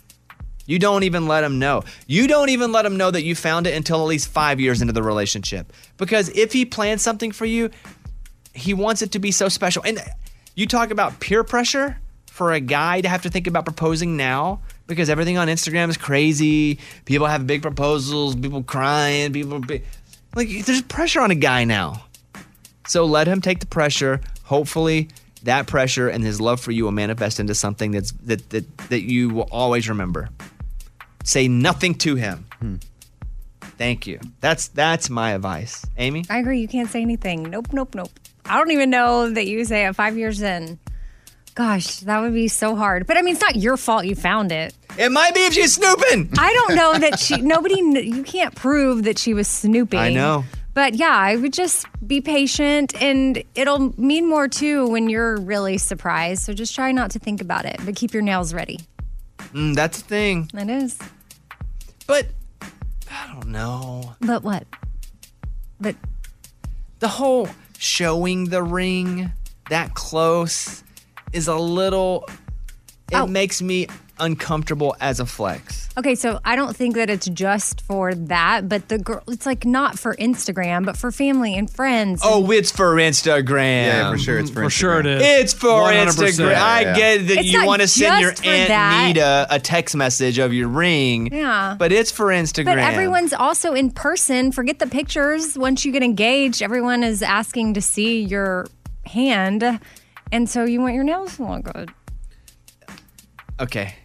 You don't even let him know. You don't even let him know that you found it until at least five years into the relationship. Because if he plans something for you, he wants it to be so special. And you talk about peer pressure for a guy to have to think about proposing now because everything on Instagram is crazy. People have big proposals, people crying, people big. like there's pressure on a guy now. So let him take the pressure. Hopefully that pressure and his love for you will manifest into something that's that that, that you will always remember. Say nothing to him. Thank you. That's that's my advice. Amy? I agree. You can't say anything. Nope, nope, nope. I don't even know that you say it five years in. Gosh, that would be so hard. But I mean, it's not your fault you found it. It might be if she's snooping. I don't know that she, nobody, kn- you can't prove that she was snooping. I know. But yeah, I would just be patient and it'll mean more too when you're really surprised. So just try not to think about it, but keep your nails ready. Mm, that's the thing. That is. But I don't know. But what? But the whole showing the Oh. ring that close is a little. It makes me uncomfortable as a flex. Okay, so I don't think that it's just for that, but the girl, it's like not for Instagram, but for family and friends. Oh, it's for Instagram. Yeah, for sure, it's for For sure it is. It's for 100%. Instagram. I Yeah. get that It's you not want to send your just for aunt that. Nita a text message of your ring. Yeah. but it's for Instagram. But everyone's also in person. Forget the pictures. Once you get engaged, everyone is asking to see your hand. And so you want your nails to look good. Okay.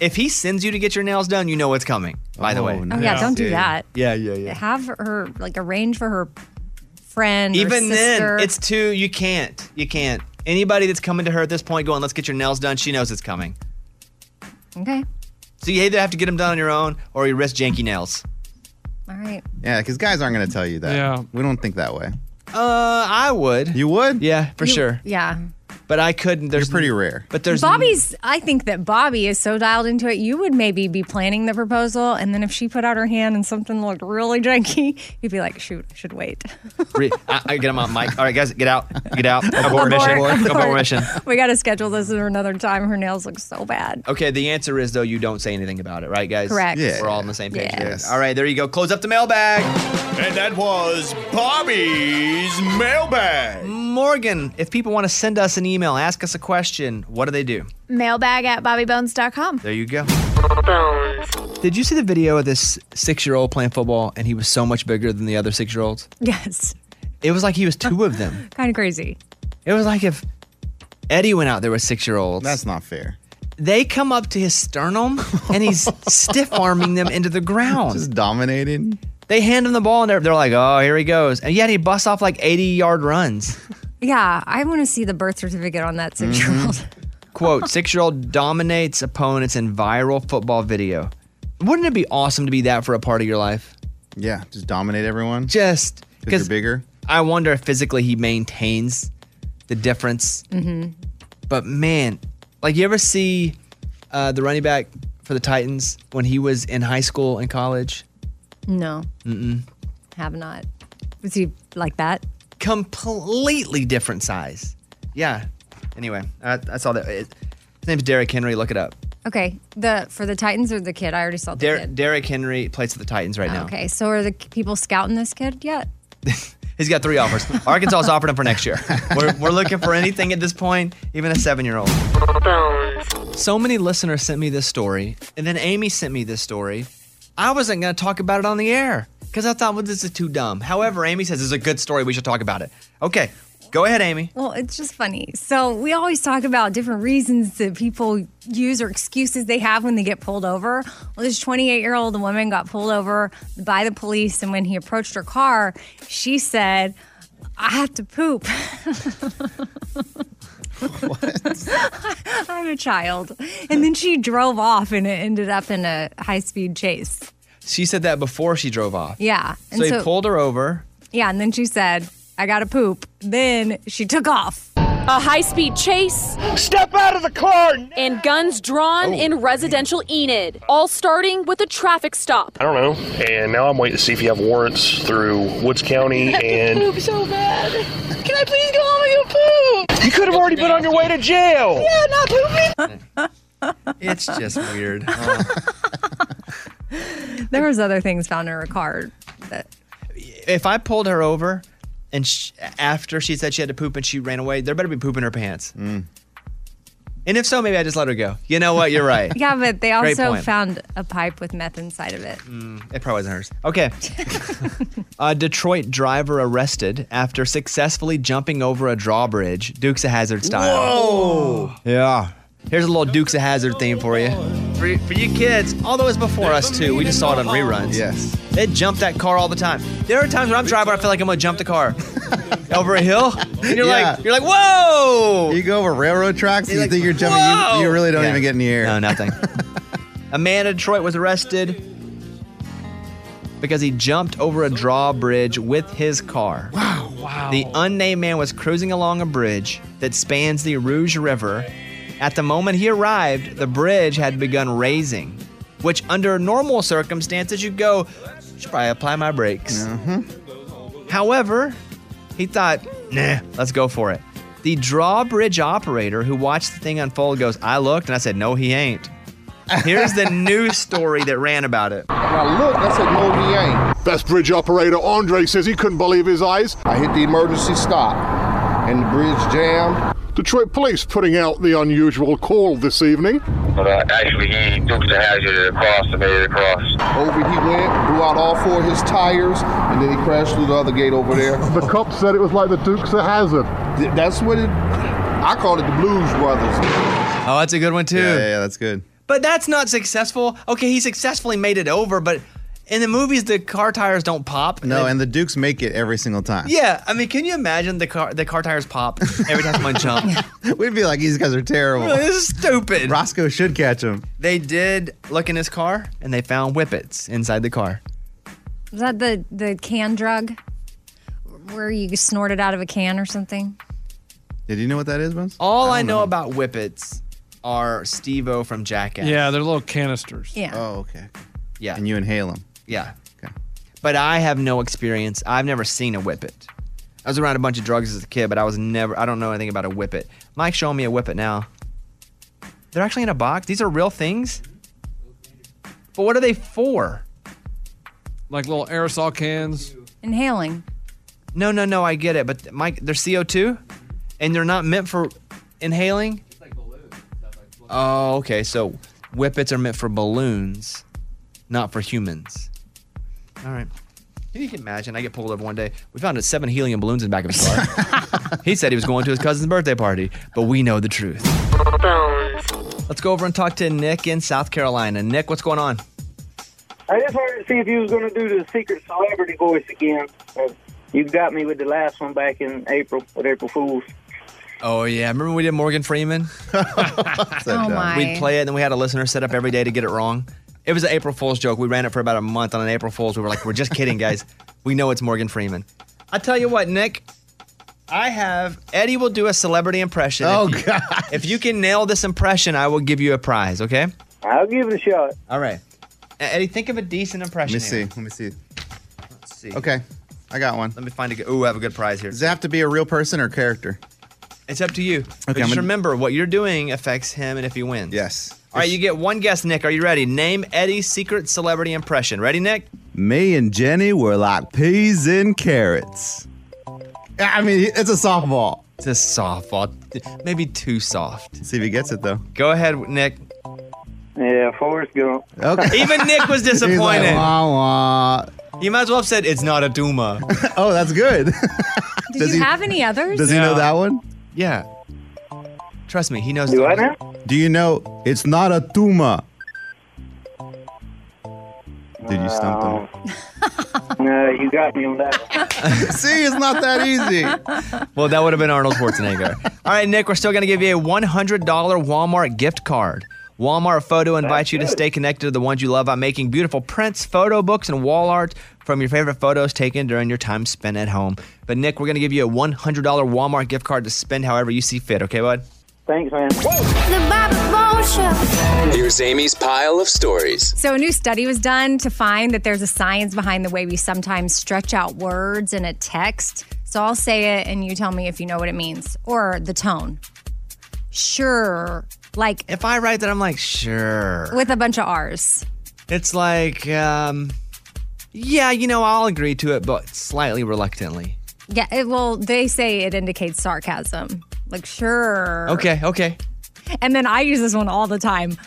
If he sends you to get your nails done, you know what's coming. By the way. Oh, yeah, don't do that. Yeah, yeah, yeah. Have her, like, arrange for her friend. or Even sister. then, it's too. You can't. You can't. Anybody that's coming to her at this point, going, "Let's get your nails done," she knows it's coming. Okay. So you either have to get them done on your own, or you risk janky nails. All right. Yeah, because guys aren't going to tell you that. Yeah. We don't think that way. Uh, I would. You would? Yeah, for You- sure. Yeah. But I couldn't. There's pretty rare. But there's Bobby's. I think that Bobby is so dialed into it. You would maybe be planning the proposal, and then if she put out her hand and something looked really janky, [laughs] you'd be like, "Shoot, I [laughs] should wait. [laughs] Re- I, I get him on mic. All right, guys, get out. [laughs] Get out. Abort, Abort, mission. [laughs] abort. Abort mission. [laughs] we got to schedule this for another time. Her nails look so bad." Okay, the answer is though you don't say anything about it, right, guys? Correct. Yeah. We're all on the same page. Yeah. there. Yes. All right, there you go. Close up the mailbag. And that was Bobby's mailbag. Morgan, if people want to send us an email, ask us a question, what do they do? Mailbag at bobbybones.com. There you go. Did you see the video of this six year old playing football and he was so much bigger than the other six year olds? Yes, It was like he was two of them. kind of crazy. It was like if Eddie went out there with six year olds. That's not fair. They come up to his sternum [laughs] and he's [laughs] stiff arming them into the ground. Just dominating. They hand him the ball and they're, they're like, oh, here he goes. And yet he busts off like 80 yard runs. Yeah, I want to see the birth certificate on that Mm-hmm. 6 year old. [laughs] Quote, six year old dominates opponents in viral football video. Wouldn't it be awesome to be that for a part of your life? Yeah, just dominate everyone. Just because bigger. I wonder if physically he maintains the difference. [laughs] Mm-hmm. But man, like you ever see uh, the running back for the Titans when he was in high school and college? No, Mm-mm. have not. Was he like that? Completely different size. Yeah. Anyway, I, I saw that. It, his name's Derrick Henry. Look it up. Okay, the for the Titans or the kid? I already saw the Der- kid. Derrick Henry plays for the Titans right now. Oh, Okay, so are the people scouting this kid yet? He's got three [laughs] offers. Arkansas is offering him for next year. We're, we're looking for anything at this point, even a seven year old. So many listeners sent me this story, and then Amy sent me this story. I wasn't going to talk about it on the air because I thought, well, this is too dumb. However, Amy says it's a good story. We should talk about it. Okay, go ahead, Amy. Well, it's just funny. So we always talk about different reasons that people use or excuses they have when they get pulled over. Well, this 28 year old woman got pulled over by the police, and when he approached her car, she said, I have to poop. [laughs] I'm a child. And then she drove off and it ended up in a high speed chase. She said that before she drove off. Yeah. So he pulled her over. Yeah, and then she said, I gotta poop. Then she took off. A high speed chase. Step out of the car! And guns drawn in residential Enid, all starting with a traffic stop. I don't know. And now I'm waiting to see if you have warrants through Woods County and. so bad. Can I please go home and go poop? You could have already been on your way to jail. Yeah, not pooping. It's just [laughs] weird. There was other things found in her car. That, if I pulled her over and sh after she said she had to poop and she ran away, there better be poop in her pants. And if so, maybe I just let her go. You know what? You're right. [laughs] yeah, but they Great also point. found a pipe with meth inside of it. Mm. It probably wasn't hers. Okay. a Detroit driver arrested after successfully jumping over a drawbridge, Dukes of Hazard style. Whoa. Yeah. Here's a little Dukes of Hazard theme for you. For, for you kids, although it's before us too, we just saw it on reruns. Yes. They jump that car all the time. There are times when I'm driving, I feel like I'm gonna jump the [laughs] car over a hill, and you're Yeah. like, you're like, whoa! You go over railroad tracks and you think you're jumping. whoa! You, you really don't Yeah. even get in the air. No, [laughs] nothing. A man in Detroit was arrested because he jumped over a drawbridge with his car. Wow. Wow. The unnamed man was cruising along a bridge that spans the Rouge River. At the moment he arrived, the bridge had begun raising, which under normal circumstances you'd go, should probably apply my brakes. Mm-hmm. However, he thought, nah, let's go for it. The drawbridge operator who watched the thing unfold goes, I looked and I said, no, he ain't. Here's the news story that ran about it. Now look, that's at Movier. Best bridge operator Andre says he couldn't believe his eyes. I hit the emergency stop, and the bridge jammed. Detroit police putting out the unusual call this evening. But uh, actually, he took the hazard across and made it across. Over he went, blew out all four of his tires, and then he crashed through the other gate over there. [laughs] the cop said it was like the Dukes of Hazard. That's what it. I called it the Blues Brothers. Oh, that's a good one too. Yeah, yeah, yeah, that's good. But that's not successful. Okay, he successfully made it over, but in the movies, the car tires don't pop. No, and the Dukes make it every single time. yeah, I mean, can you imagine the car the car tires pop every time someone jumps? [laughs] We'd be like, these guys are [laughs] terrible. [laughs] Really, [laughs] this is stupid. Roscoe should catch them. They did look in his car and they found whippets inside the car. Is that the the can drug where you snort it out of a can or something? Did you know what that is, Bones? All I, know, about whippets are Steve O from Jackass. Yeah, they're little canisters. Yeah. Oh, okay. Yeah. And you inhale them. Yeah. But I have no experience. I've never seen a whippet. I was around a bunch of drugs as a kid, but I was never, I don't know anything about a whippet. Mike's showing me a whippet now. They're actually in a box. These are real things. But what are they for? Like little aerosol cans. Inhaling. No, no, no, I get it. But Mike, they're CO2 and they're not meant for inhaling. Oh, okay. So whippets are meant for balloons, not for humans. All right. Can you imagine? I get pulled over one day. We found seven helium balloons in the back of his car. [laughs] he said he was going to his cousin's birthday party, but we know the truth. Let's go over and talk to Nick in South Carolina. Nick, what's going on? I just wanted to see if you was going to do the secret celebrity voice again. Uh, You got me with the last one back in April with April Fools. Oh yeah, remember we did [laughs] Morgan Freeman? uh, dumb. my. We'd play it, and then we had a listener set up every day to get it wrong. It was an April Fool's joke. We ran it for about a month on an April Fool's. We were like, "We're just kidding, guys. We know it's Morgan Freeman." I tell you what, Nick, I have Eddie will do a celebrity impression. Oh if you, God! If you can nail this impression, I will give you a prize. Okay? I'll give it a shot. All right, Uh, Eddie, think of a decent Let impression. me see. here. Let me see. Let's see. Okay, I got one. Let me find a good. Ooh, I have a good prize here. Does it have to be a real person or character? It's up to you. But Okay, I'm just gonna- remember what you're doing affects him, and if he wins. Yes. All right, you get one guess, Nick. Are you ready? Name Eddie's secret celebrity impression. Ready, Nick? Me and Jenny were like peas and carrots. [laughs] I mean, it's a softball. It's a softball. Maybe too soft. See if he gets it though. Go ahead, Nick. Yeah, Forrest Gump. Okay. [laughs] Even Nick was [laughs] He's like, disappointed. "Wah, You might as well have said it's not a Duma. wah." Oh, that's good. [laughs] Did Does he- you have any others? Does he know that one? Yeah. Trust me, he knows. Do I know? Do you know it's not a tumor? Did you stump him? No, Uh, you got me on that. See, it's not that easy. Well, that would have been Arnold Schwarzenegger. All right, Nick, we're still going to give you a $100 Walmart gift card. Walmart Photo invites you to stay connected to the ones you love by making beautiful prints, photo books, and wall art from your favorite photos taken during your time spent at home. But, Nick, we're going to give you a $100 Walmart gift card to spend however you see fit, okay, bud? Thanks, man. Here's Amy's pile of stories. So, a new study was done to find that there's a science behind the way we sometimes stretch out words in a text. So, I'll say it and you tell me if you know what it means or the tone. Sure. Like, if I write that, I'm like, sure. With a bunch of R's. It's like, um, yeah, you know, I'll agree to it, but slightly reluctantly. Yeah. It, well, they say it indicates sarcasm. Like, sure. Okay, okay. And then I use this one all the time.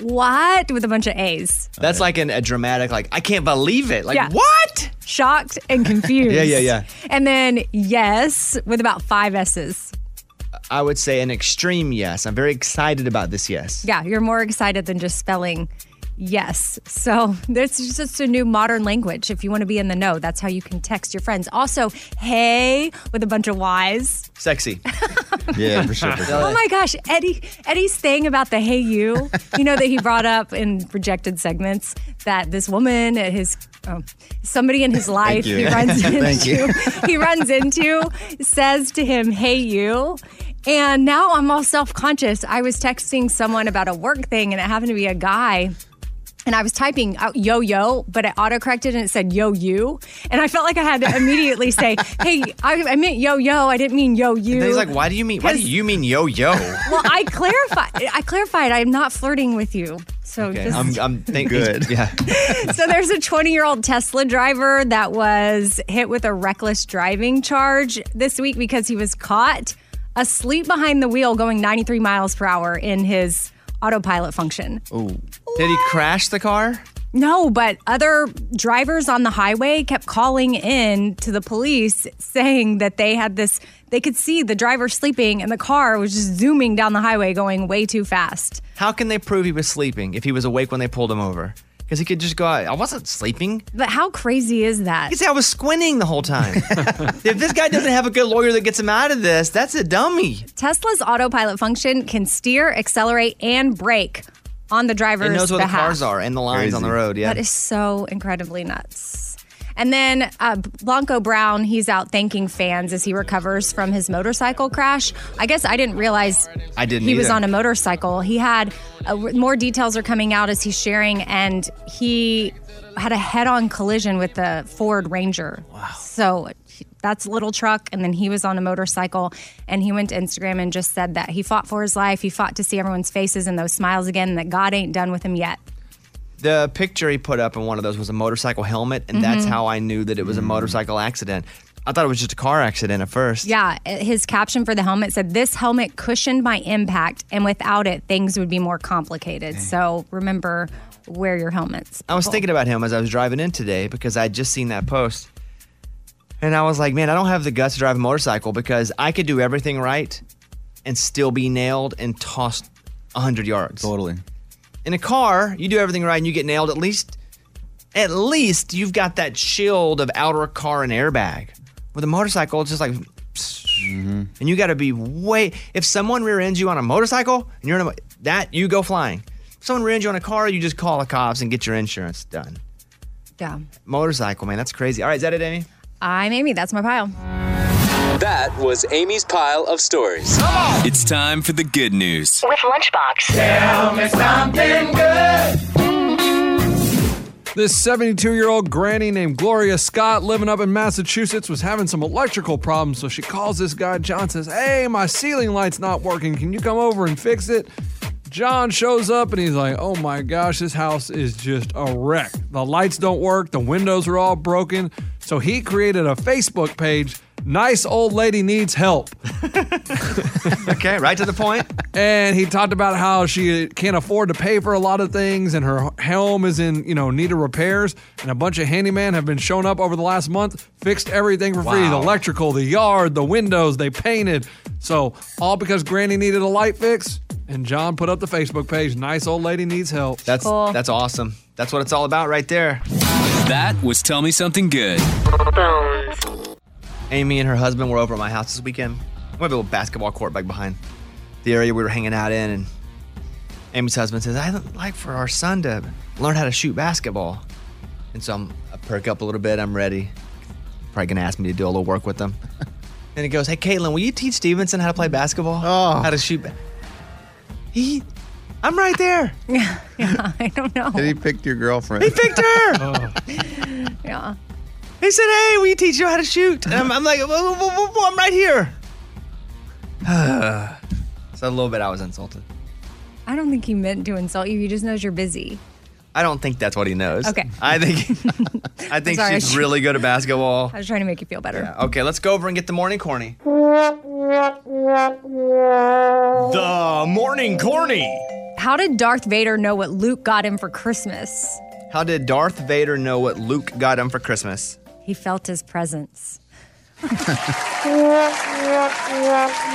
What? With a bunch of A's. That's like an, a dramatic, like, I can't believe it. Like, Yeah. what? Shocked [laughs] and confused. Yeah, yeah, yeah. And then yes, with about five S's. I would say an extreme yes. I'm very excited about this yes. Yeah, you're more excited than just spelling yes. So [laughs] this is just a new modern language. If you want to be in the know, that's how you can text your friends. Also, hey with a bunch of Y's. [laughs] Sexy. [laughs] yeah, for sure. Oh my gosh, Eddie Eddie's thing about the hey you, you know that he brought up in rejected segments that this woman at his um, somebody in his life you. [laughs] he runs Thank you. into he runs into says to him hey you. And now I'm all self-conscious. I was texting someone about a work thing and it happened to be a guy. And I was typing out yo yo, but it autocorrected and it said yo you. And I felt like I had to immediately say, hey, I, I meant yo yo. I didn't mean yo you. And then he's like, why do you mean? Why do [laughs] 'Cause- you mean yo yo? well, I clarified. I clarified. I'm not flirting with you. So Okay, just [laughs] I'm, I'm thinking. Good. Yeah. so there's a 20 year old Tesla driver that was hit with a reckless driving charge this week because he was caught asleep behind the wheel going 93 miles per hour in his autopilot function. Oh. Did he crash the car? No, but other drivers on the highway kept calling in to the police saying that they had this, they could see the driver sleeping and the car was just zooming down the highway going way too fast. How can they prove he was sleeping if he was awake when they pulled him over? Because he could just go out. I wasn't sleeping. But how crazy is that? You can say I was squinting the whole [laughs] time. if this guy doesn't have a good lawyer that gets him out of this, that's a dummy. Tesla's autopilot function can steer, accelerate, and brake on the driver's It knows where the behalf. cars are and the lines on the road. Yeah. That is so incredibly nuts. And then uh, Blanco Brown, he's out thanking fans as he recovers from his motorcycle crash. I guess I didn't realize I didn't. he was either. on a motorcycle. He had uh, more details are coming out as he's sharing, and he had a head-on collision with the Ford Ranger. Wow! So he- that's little truck, and then he was on a motorcycle, and he went to Instagram and just said that he fought for his life. He fought to see everyone's faces and those smiles again, and that God ain't done with him yet. The picture he put up in one of those was a motorcycle helmet, and that's Mhm. how I knew that it was a motorcycle accident. I thought it was just a car accident at first. Yeah, eh, his caption for the helmet said, "This helmet cushioned my impact, and without it, things would be more complicated." So remember, wear your helmets. I was people. thinking about him as I was driving in today because I had just seen that post. And I was like, man, I don't have the guts to drive a motorcycle because I could do everything right and still be nailed and tossed 100 yards. Totally. In a car, you do everything right and you get nailed at least at least you've got that shield of outer car and airbag. With a motorcycle, it's just like and you got to be way. If someone rear ends you on a motorcycle and you're in a mo- that you go flying. If someone rear ends you on a car, you just call the cops and get your insurance done. Yeah. Motorcycle, man, that's crazy. All right, is that it, Amy? I'm Amy. That's my pile. That was Amy's pile of stories. It's time for the good news. With Lunchbox. Tell me something good. This 72 year old granny named Gloria Scott, living up in Massachusetts, was having some electrical problems. So she calls this guy, John says, Hey, my ceiling light's not working. Can you come over and fix it? John shows up and he's like, Oh my gosh, this house is just a wreck. The lights don't work, the windows are all broken. So he created a Facebook page, Nice Old Lady Needs Help. okay, right to the point. [laughs] And he talked about how she can't afford to pay for a lot of things and her home is in, you know, need of repairs. And a bunch of handyman have been showing up over the last month, fixed everything for free the Wow. electrical, the yard, the windows, they painted. So, all because Granny needed a light fix. And John put up the Facebook page, Nice Old Lady Needs Help. That's that's awesome. That's what it's all about right there. That was Tell Me Something Good. Amy and her husband were over at my house this weekend. We have a little basketball court back behind the area we were hanging out in, and Amy's husband says, "I'd like for our son to learn how to shoot basketball." And so I'm, I perk up a little bit. I'm ready. Probably gonna ask me to do a little work with them. and he goes, "Hey, Caitlin, will you teach Stevenson how to play basketball? Oh. How to shoot?" Ba-? He, I'm right there. Yeah, I don't know. Did he pick your girlfriend? He picked [laughs] her. Yeah. He said, "Hey, will you teach you how to shoot?" And I'm, I'm like, "Whoa, whoa, whoa, whoa, whoa, "I'm right here." [sighs] so a little bit, I was insulted. I don't think he meant to insult you. He just knows you're busy. I don't think that's what he knows. Okay. I think I think Sorry, I she's should- really good at basketball. I was trying to make you feel better. Okay, let's go over and get the morning corny. The morning corny. How did Darth Vader know what Luke got him for Christmas? How did Darth Vader know what Luke got him for Christmas? He felt his presence.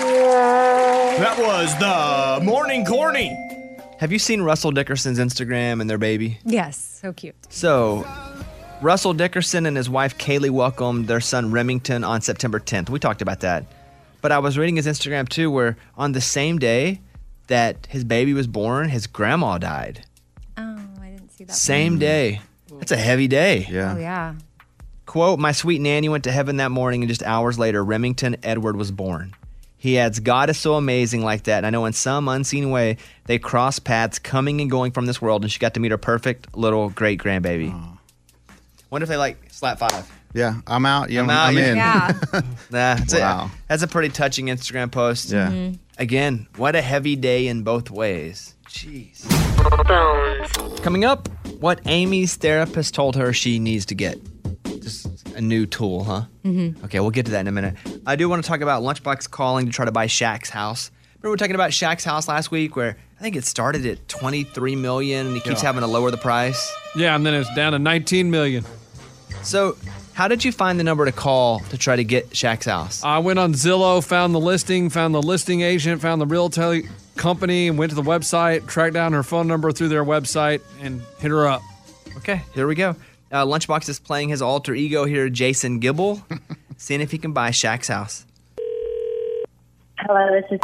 That was the morning corny. Have you seen Russell Dickerson's Instagram and their baby? Yes, so cute. So, Russell Dickerson and his wife Kaylee welcomed their son Remington on September 10th. We talked about that. But I was reading his Instagram too, where on the same day that his baby was born, his grandma died. Oh, Same day. That's a heavy day. Oh yeah. Quote, my sweet nanny went to heaven that morning, and just hours later, Remington Edward was born. He adds, God is so amazing like that. And I know in some unseen way, they cross paths coming and going from this world, and she got to meet her perfect little great grandbaby. Wonder if they like slap five. Yeah, I'm out. Yeah, I'm, I'm out. I'm in. Yeah. Nah, that's, a, that's a pretty touching Instagram post. Yeah. Mhm. Again, what a heavy day in both ways. Jeez. Coming up, what Amy's therapist told her she needs to get. Just a new tool, huh? Mm-hmm. Okay, we'll get to that in a minute. I do want to talk about Lunchbox calling to try to buy Shaq's house. Remember we were talking about Shaq's house last week where I think it started at 23 million and he keeps Yeah. having to lower the price? Yeah, and then it's down to 19 million. So, how did you find the number to call to try to get Shaq's house? I went on Zillow, found the listing, found the listing agent, found the real tele- company, and went to the website, tracked down her phone number through their website, and hit her up. Okay, here we go. Uh, Lunchbox is playing his alter ego here, [laughs] Jason Gibble, seeing if he can buy Shaq's house. Hello, this is.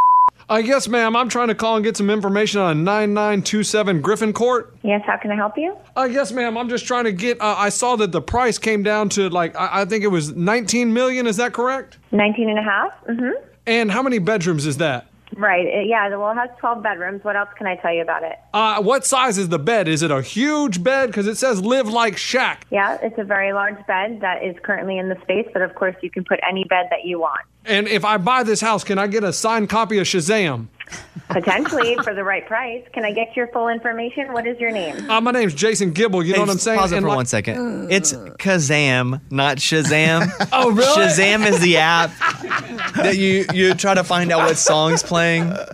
Uh, yes, ma'am. I'm trying to call and get some information on 9927 Griffin Court. Yes, how can I help you? Uh, yes, ma'am. I'm just trying to get. Uh, I saw that the price came down to like I, I think it was 19 million. Is that correct? 19 and a half? Mm-hmm. And how many bedrooms is that? Right. uh, Yeah, the wall has 12 bedrooms. What else can I tell you about it? Uh, what size is the bed? Is it a huge bed? Because it says live like shack. Yeah, it's a very large bed that is currently in the space, but of course you can put any bed that you want. And if I buy this house, can I get a signed copy of Shazam? [laughs] Potentially for the right price. Can I get your full information? What is your name? [laughs] Uh, my name's Jason Gibble. You know Hey, what I'm just saying? Pause it And for like- one second. It's Kazam, not Shazam. [laughs] Oh, really? Shazam is [laughs] the app that you you try to find out what song's playing. Uh,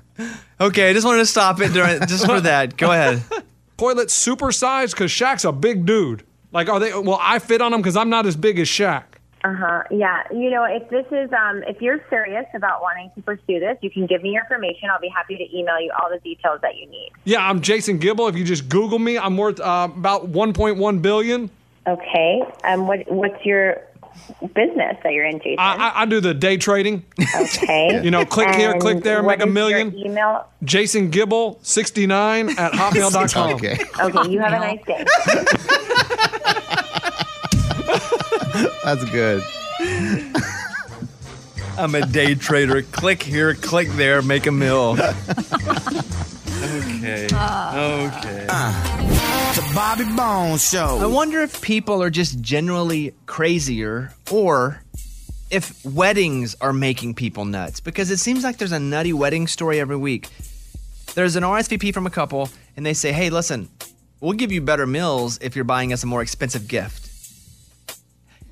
Okay, I just wanted to stop it during just for that. Go ahead. [laughs] Toilet super size because Shaq's a big dude. Like, are they? Well, I fit on him because I'm not as big as Shaq. Uh huh. Yeah. You know, if this is, um, if you're serious about wanting to pursue this, you can give me your information. I'll be happy to email you all the details that you need. Yeah, I'm Jason Gibble. If you just Google me, I'm worth uh, about 1.1 billion. Okay. Um, what what's your business that you're in, Jason? I, I, I do the day trading. Okay. [laughs] you know, click here, And click there, make what a is your e- million. email. Jason Gibble 69 at [laughs] hotmail.com. Okay. Okay. You have a nice day. That's good. I'm a day trader. click here, click there, make a [laughs] mill. okay. Okay. Uh, the Bobby Bones Show. I wonder if people are just generally crazier or if weddings are making people nuts because it seems like there's a nutty wedding story every week. There's an RSVP from a couple and they say, hey, listen, we'll give you better meals if you're buying us a more expensive gift.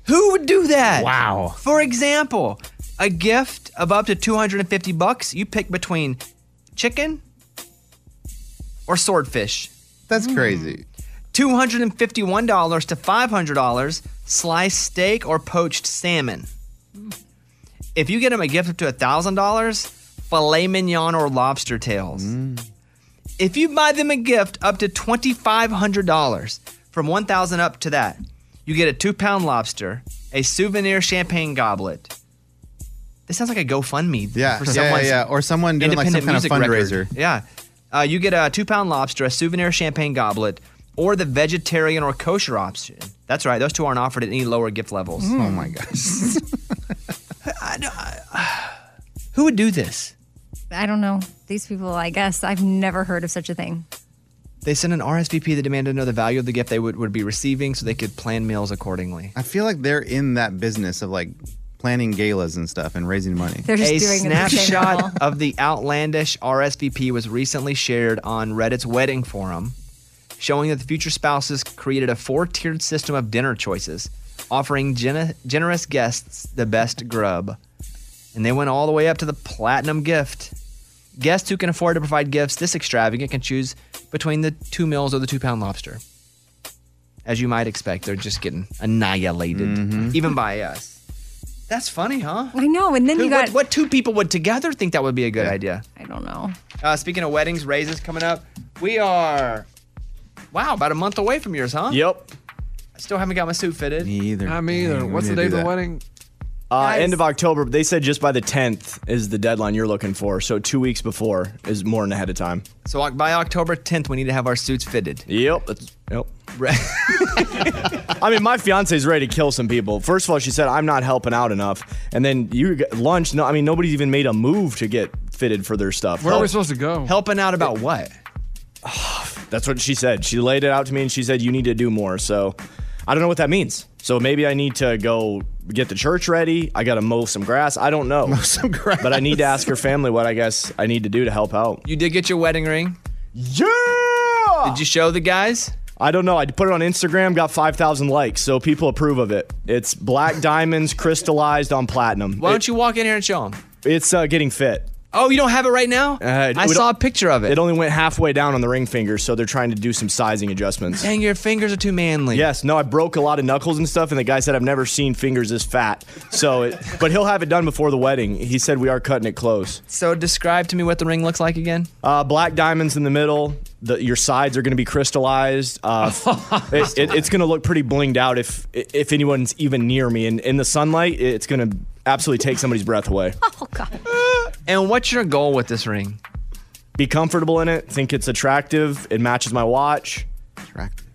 Who would do that? Wow. For example, a gift of up to 250 bucks, you pick between chicken or swordfish. That's crazy. $251 to $500, sliced steak or poached salmon. If you get them a gift up to $1,000, filet mignon or lobster tails. Hmm. If you buy them a gift up to $2,500, from 1000 up to that, you get a two pound lobster, a souvenir champagne goblet. This sounds like a GoFundMe Yeah, for [laughs] yeah, someone's yeah, or someone doing, like, some independent kind of music fundraiser. record. Yeah. Uh, you get a two pound lobster, a souvenir champagne goblet, or the vegetarian or kosher option. That's right. Those two aren't offered at any lower gift levels. Mm. Oh my [laughs] gosh. [sighs] Who would do this? I don't know. These people, I guess, I've never heard of such a thing. They sent an RSVP that demanded to know the value of the gift they would, would be receiving so they could plan meals accordingly. I feel like they're in that business of like planning galas and stuff and raising money. a snapshot. snapshot of the outlandish RSVP was recently shared on Reddit's wedding forum, showing that the future spouses created a four-tiered system of dinner choices, offering gen- generous guests the best grub. And they went all the way up to the platinum gift. Guests who can afford to provide gifts this extravagant can choose between the two meals or the two-pound lobster. As you might expect, they're just getting annihilated, even by us. That's funny, huh? I know. And then Who- you got. what, what two people would together think that would be a good idea? I don't know. Uh, speaking of weddings, raises coming up. We are, wow, about a month away from yours, huh? Yep. I still haven't got my suit fitted. Me either. I'm either. we What's the need to date of do the that. wedding? Uh, Guys. end of October, but they said just by the 10th is the deadline you're looking for. So two weeks before is more than ahead of time. So oc- by October 10th, we need to have our suits fitted. Yep. That's, yep. [laughs] I mean, my fiance's ready to kill some people. First of all, she said I'm not helping out enough, and then you get lunch. No, I mean nobody's even made a move to get fitted for their stuff. Where are we Help- supposed to go? Helping out about what? That's what she said. She laid it out to me, and she said you need to do more. So I don't know what that means. So maybe I need to go get the church ready. I got to mow some grass. I don't know. [laughs] Mow some grass. But I need to ask her family what I guess I need to do to help out. You did get your wedding ring. Yeah. Did you show the guys? I don't know. I put it on Instagram, got 5,000 likes, so people approve of it. It's black diamonds crystallized on platinum. Why It- don't you walk in here and show them? It's uh, getting fit. Oh, you don't have it right now? Uh, I we saw a don't- picture of it. It only went halfway down on the ring finger, so they're trying to do some sizing adjustments. Dang, your fingers are too manly. Yes, no, I broke a lot of knuckles and stuff, and the guy said I've never seen fingers this fat. So, it, [laughs] but he'll have it done before the wedding. He said we are cutting it close. So describe to me what the ring looks like again. Uh, black diamonds in the middle. The, your sides are going to be crystallized. [laughs] Uh, it, it- it's going to look pretty blinged out if if anyone's even near me. And in the sunlight, it's going to absolutely take somebody's breath away. And what's your goal with this ring? Be comfortable in it. Think it's attractive. It matches my watch. Attractive.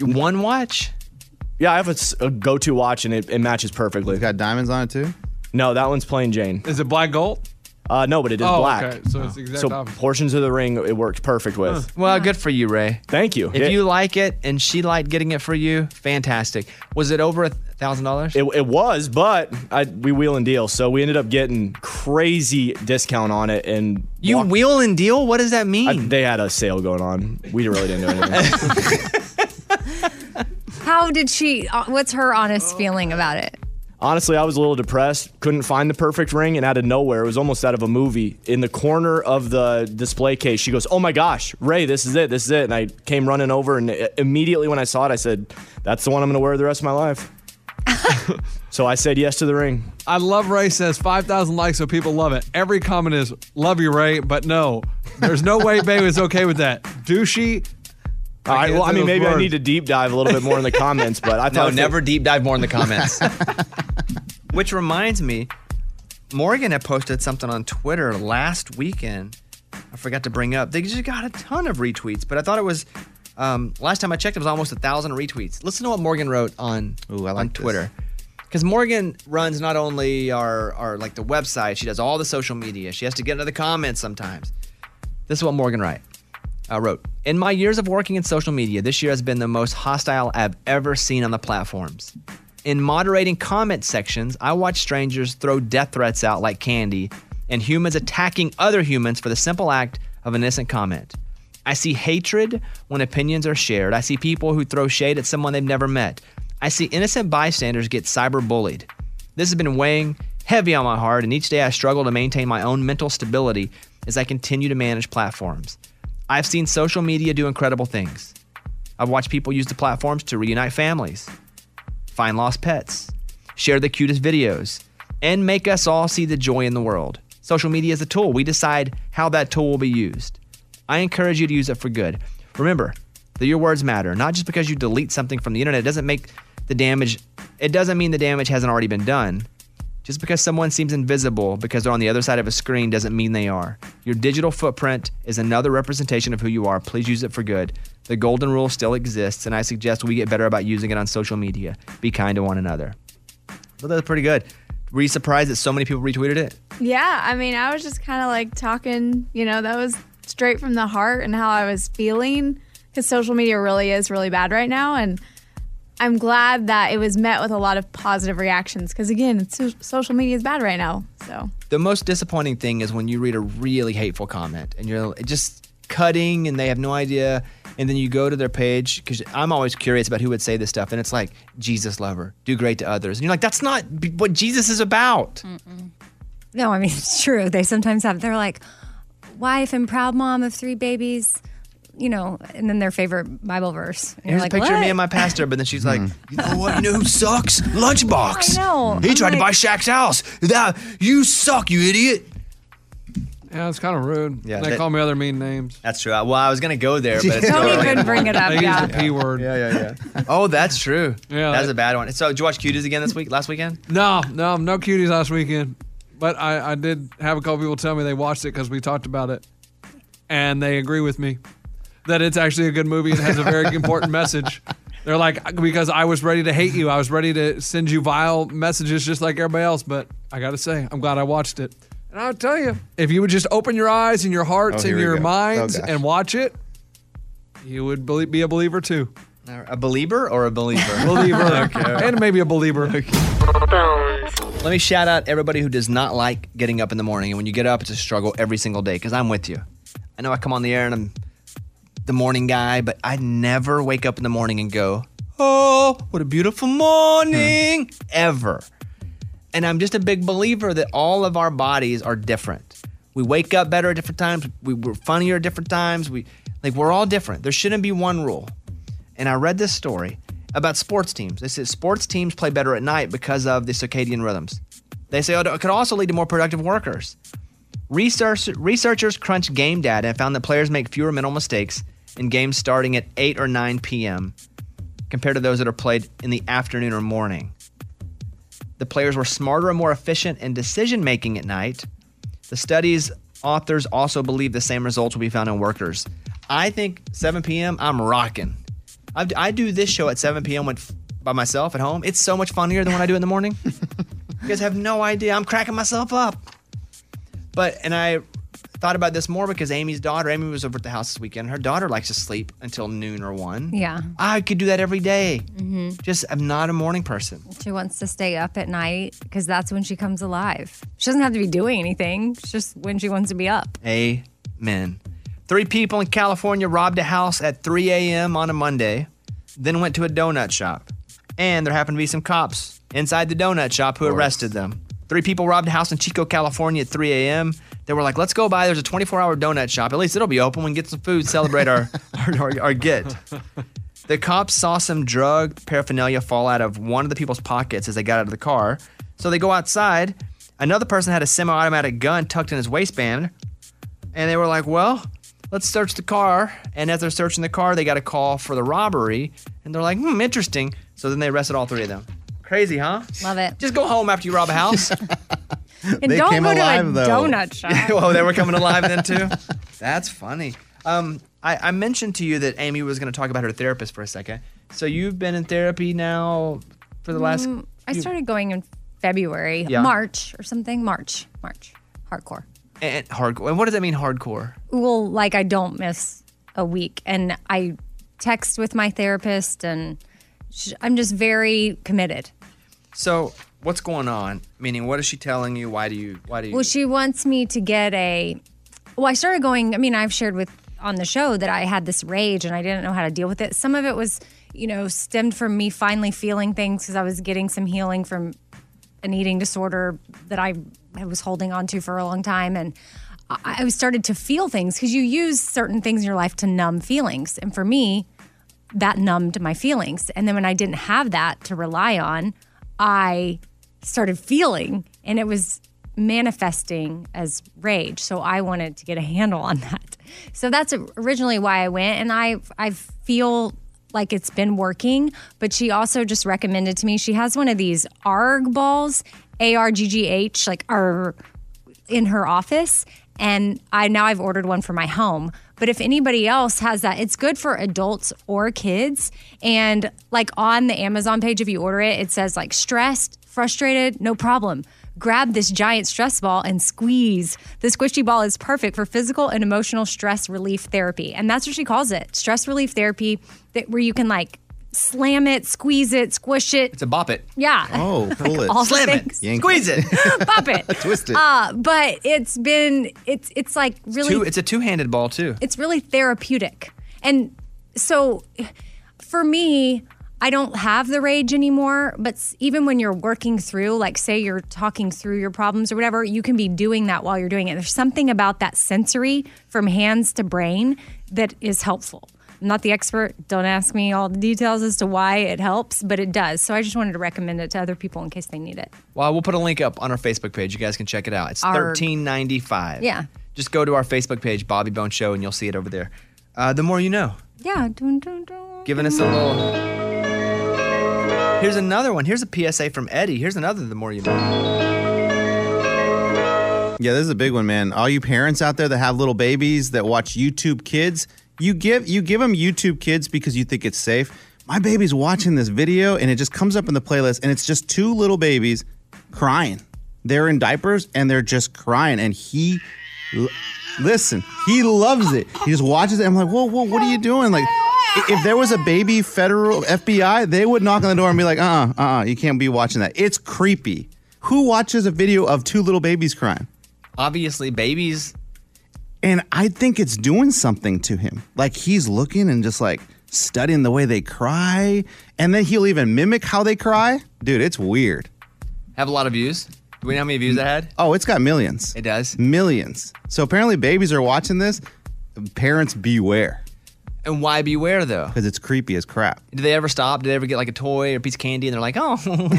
One watch. Yeah, I have a, s- a go-to watch and it, it matches perfectly. got diamonds on it too. No, that one's plain Jane. Is it black gold? Uh, no, but it is Oh, black. okay. So it's the exact So opposite. portions of the ring it worked perfect with. Well, good for you, Ray. Thank you. If It- you like it and she liked getting it for you, fantastic. Was it over a thousand dollars? It, it was, but I, we wheel and deal. So we ended up getting crazy discount on it. And You wheel and deal? What does that mean? they had a sale going on. We really didn't do [laughs] anything. How did she? uh, What's her honest feeling about it? Honestly, I was a little depressed. Couldn't find the perfect ring, and out of nowhere, it was almost out of a movie. In the corner of the display case, she goes, "Oh my gosh, Ray, this is it, this is it." And I came running over, and i- immediately when I saw it, I said, "That's the one I'm going to wear the rest of my [laughs] life." so I said yes to the ring. I love Ray says 5,000 likes, so people love it. Every comment is, love you, Ray, but no. There's no way Bay was okay with that. Douchey. All right. can't Well, I say mean, those maybe I words. need to deep dive a little bit more [laughs] in the comments, but I No, thought never deep dive more in [laughs] the comments. Which reminds me, Morgan had posted something on Twitter last weekend. I forgot to bring up. They just got a ton of retweets, but I thought it was um, last time I checked, it was almost a thousand retweets. Listen to what Morgan wrote on on Twitter. Because Morgan runs not only our, our like the website, she does all the social media. She has to get into the comments sometimes. This is what Morgan write, uh, wrote. In my years of working in social media, this year has been the most hostile I've ever seen on the platforms. In moderating comment sections, I watch strangers throw death threats out like candy and humans attacking other humans for the simple act of an innocent comment. I see hatred when opinions are shared. I see people who throw shade at someone they've never met. I see innocent bystanders get cyberbullied. This has been weighing heavy on my heart, and each day I struggle to maintain my own mental stability as I continue to manage platforms. I've seen social media do incredible things. I've watched people use the platforms to reunite families, find lost pets, share the cutest videos, and make us all see the joy in the world. Social media is a tool. We decide how that tool will be used. I encourage you to use it for good. Remember that your words matter. Not just because you delete something from the internet doesn't make the damage, it doesn't mean the damage hasn't already been done. Just because someone seems invisible because they're on the other side of a screen doesn't mean they are. Your digital footprint is another representation of who you are. Please use it for good. The golden rule still exists, and I suggest we get better about using it on social media. Be kind to one another. But that's pretty good. Were you surprised that so many people retweeted it? Yeah, I mean, I was just kind of like talking, you know, that was straight from the heart and how I was feeling because social media really is really bad right now. And I'm glad that it was met with a lot of positive reactions because, again, it's, so- social media is bad right now. So, The most disappointing thing is when you read a really hateful comment and you're just cutting and they have no idea. And then you go to their page because I'm always curious about who would say this stuff. And it's like, Jesus lover, do great to others. And you're like, that's not b- what Jesus is about. No, I mean [laughs] it's true. They sometimes have. They're like, wife and proud mom of three babies, you know, and then their favorite Bible verse. And you're Here's like, a picture of "What?" me and my pastor, but then she's like, you know what? You know who sucks? Lunchbox. I know. He I'm tried to like- buy Shaq's house. That you suck, you idiot. Yeah, it's kind of rude. Yeah, they that- call me other mean names. That's true. I- Well, I was gonna go there, but it's Tony totally- couldn't bring it up, They used yeah. the P word. Yeah, yeah, yeah. Oh, that's true. Yeah, that's a bad one. So, did you watch Cuties again this week? Last weekend? No, no, no cuties last weekend. But I, I did have a couple people tell me they watched it because we talked about it. And they agree with me that it's actually a good movie and has a [laughs] very important message. They're like, because I was ready to hate you. I was ready to send you vile messages just like everybody else. But I got to say, I'm glad I watched it. And I'll tell you, if you would just open your eyes and your hearts Oh, and here we your go. minds Oh, gosh. and watch it, you would belie- be a believer too. A believer or a believer? [laughs] [laughs] Believer. And maybe a believer. Let me shout out everybody who does not like getting up in the morning. And when you get up, it's a struggle every single day because I'm with you. I know I come on the air and I'm the morning guy, but I never wake up in the morning and go, oh, what a beautiful morning, ever. And I'm just a big believer that all of our bodies are different. We wake up better at different times. We, we're funnier at different times. We like we're all different. There shouldn't be one rule. And I read this story about sports teams. They said sports teams play better at night because of the circadian rhythms. They say oh, it could also lead to more productive workers. Research, researchers crunched game data and found that players make fewer mental mistakes in games starting at 8 or 9 p.m. compared to those that are played in the afternoon or morning. The players were smarter and more efficient in decision making at night. The study's authors also believe the same results will be found in workers. I think 7 p.m., I'm rocking. I, I do this show at 7 p.m. with, by myself at home. It's so much funnier than what I do in the morning. you guys have no idea. I'm cracking myself up. But and I thought about this more because Amy's daughter, Amy was over at the house this weekend. Her daughter likes to sleep until noon or one. [laughs] Yeah. I could do that every day. Mm-hmm. Just I'm not a morning person. She wants to stay up at night because that's when she comes alive. She doesn't have to be doing anything. It's just when she wants to be up. Amen. Three people in California robbed a house at 3 a.m. on a Monday, then went to a donut shop. And there happened to be some cops inside the donut shop who arrested them. Three people robbed a house in Chico, California at 3 a.m. They were like, let's go by. There's a 24 hour donut shop. At least it'll be open. We can get some food, celebrate our, [laughs] our, our, our get. The cops saw some drug paraphernalia fall out of one of the people's pockets as they got out of the car. So they go outside. Another person had a semi automatic gun tucked in his waistband. And they were like, well, let's search the car. And as they're searching the car, they got a call for the robbery. And they're like, hmm, interesting. So then they arrested all three of them. Crazy, huh? Love it. Just go home after you rob a [laughs] house. And don't go to a [laughs] donut shop. well, they were coming alive then [laughs] [laughs] too. That's funny. Um, I, I mentioned to you that Amy was going to talk about her therapist for a second. So you've been in therapy now for the last. Mm, I you- started going in February, Yeah. March or something. March, March, hardcore. and, hardcore. And what does that mean, hardcore? Well, like I don't miss a week, and I text with my therapist, and sh- I'm just very committed. So what's going on? Meaning, what is she telling you? Why do you? Why do you? Well, she wants me to get a. Well, I started going. I mean, I've shared with on the show that I had this rage and I didn't know how to deal with it. Some of it was, you know, stemmed from me finally feeling things because I was getting some healing from an eating disorder that I, I was holding on to for a long time. And I, I started to feel things because you use certain things in your life to numb feelings. And for me, that numbed my feelings. And then when I didn't have that to rely on, I started feeling and it was manifesting as rage. So I wanted to get a handle on that. So that's originally why I went and I I feel like it's been working, but she also just recommended to me she has one of these ARG balls, A R G G H like ARG in her office and I now I've ordered one for my home. But if anybody else has that, it's good for adults or kids. And like on the Amazon page if you order it, it says like stressed, frustrated, no problem. Grab this giant stress ball and squeeze. The squishy ball is perfect for physical and emotional stress relief therapy. And that's what she calls it. Stress relief therapy that where you can like slam it, squeeze it, squish it. It's a bop it. Yeah. [laughs] Oh, pull it. all Slam it. things. Yank Squeeze [laughs] it. Bop it. [laughs] Twist it. Uh, but it's been it's it's like really Two, it's a two-handed ball too. it's really therapeutic. And so for me, I don't have the rage anymore, but s- even when you're working through, like say you're talking through your problems or whatever, you can be doing that while you're doing it. There's something about that sensory from hands to brain that is helpful. I'm not the expert. Don't ask me all the details as to why it helps, but it does. So I just wanted to recommend it to other people in case they need it. Well, we'll put a link up on our Facebook page. You guys can check it out. It's Arg. thirteen ninety-five. Yeah. Just go to our Facebook page, Bobby Bone Show, and you'll see it over there. Uh, the more you know. Yeah. Dun, dun, dun. Giving us a little. Here's another one. Here's a PSA from Eddie. Here's another. The more you know. Yeah, this is a big one, man. All you parents out there that have little babies that watch YouTube Kids, you give you give them YouTube Kids because you think it's safe. My baby's watching this video and it just comes up in the playlist and it's just two little babies crying. They're in diapers and they're just crying and he l- listen, he loves it. He just watches it. I'm like, "Whoa, whoa, what are you doing?" Like I- If there was a baby federal FBI, they would knock on the door and be like, uh uh, uh, you can't be watching that. It's creepy. Who watches a video of two little babies crying? Obviously, babies. And I think it's doing something to him. Like he's looking and just like studying the way they cry. And then he'll even mimic how they cry. Dude, it's weird. Have a lot of views. Do we know how many views I had? Oh, it's got millions. It does. Millions. So apparently, babies are watching this. Parents beware. And why beware though? Because it's creepy as crap. Do they ever stop? Do they ever get like a toy or a piece of candy and they're like, oh, [laughs]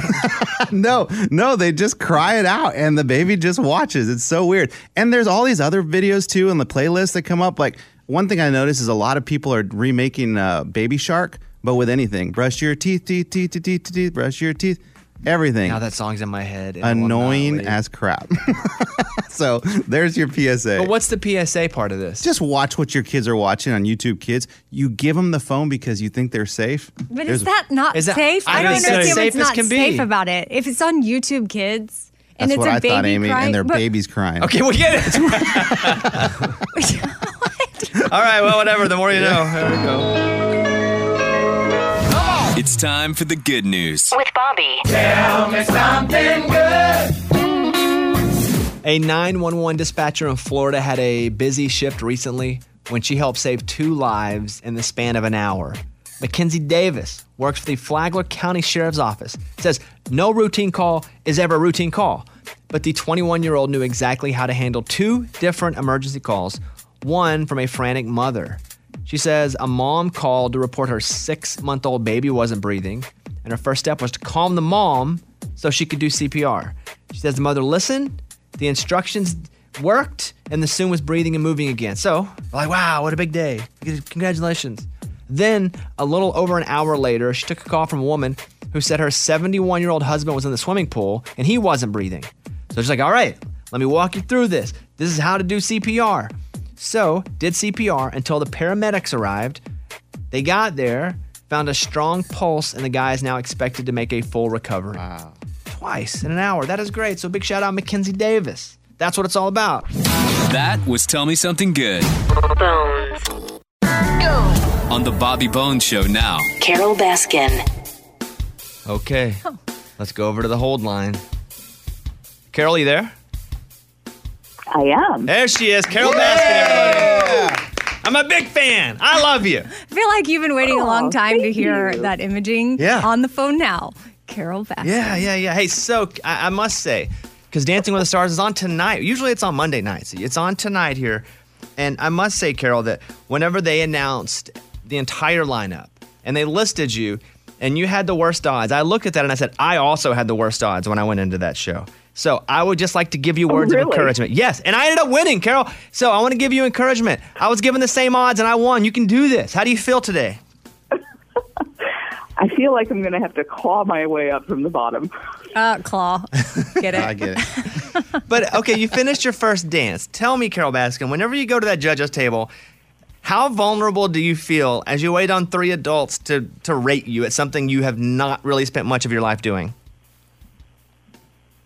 [laughs] no, no, they just cry it out and the baby just watches. It's so weird. And there's all these other videos too in the playlist that come up. Like one thing I notice is a lot of people are remaking uh, Baby Shark, but with anything. Brush your teeth, teeth, teeth, teeth, teeth, teeth, brush your teeth, everything. now that song's in my head. and I will not Annoying leave. as crap. [laughs] so there's your PSA. But what's the PSA part of this? Just watch what your kids are watching on YouTube Kids. You give them the phone because you think they're safe. But There's- is that not safe? I, don't understand Safe as what's not can be. safe about it. If it's on YouTube Kids and That's it's what a I baby thought, Amy, crying, and their but- baby's crying. Okay, we get it. [laughs] All right, well, whatever. The more you know. There we go. It's time for the good news. [laughs] With Bobby. Tell me something good. [laughs] A 911 dispatcher in Florida had a busy shift recently when she helped save two lives in the span of an hour. Mackenzie Davis works for the Flagler County Sheriff's Office. Says no routine call is ever a routine call, but the 21 year old knew exactly how to handle two different emergency calls, one from a frantic mother. She says a mom called to report her six month old baby wasn't breathing, and her first step was to calm the mom so she could do CPR. She says the mother listened, the instructions worked, and the soon was breathing and moving again. So, like, wow, what a big day. Congratulations. Then, a little over an hour later, she took a call from a woman who said her 71 year old husband was in the swimming pool and he wasn't breathing. So she's like, all right, let me walk you through this. This is how to do CPR. So, did CPR until the paramedics arrived. They got there, found a strong pulse, and the guy is now expected to make a full recovery. Wow. Twice in an hour. That is great. So, big shout out, Mackenzie Davis. That's what it's all about. That was Tell Me Something Good. On the Bobby Bones Show now. Carol Baskin. Okay. Let's go over to the hold line. Carol, you there? I am. There she is, Carol Baskin, everybody. I'm a big fan. I love you. I feel like you've been waiting a long time to hear that imaging Yeah. on the phone now. Carol Baskin. Yeah, yeah, yeah. Hey, so I, I must say, because Dancing with the Stars is on tonight. Usually it's on Monday nights. It's on tonight here. And I must say, Carol, that whenever they announced the entire lineup and they listed you and you had the worst odds, I looked at that and I said, I also had the worst odds when I went into that show. So I would just like to give you Oh, words of really? encouragement. Yes. And I ended up winning, Carol. So I want to give you encouragement. I was given the same odds and I won. You can do this. How do you feel today? I feel like I'm going to have to claw my way up from the bottom. Uh, claw. Get it? get it. [laughs] but okay, you finished your first dance. Tell me, Carol Baskin, whenever you go to that judge's table, how vulnerable do you feel as you wait on three adults to, to rate you at something you have not really spent much of your life doing?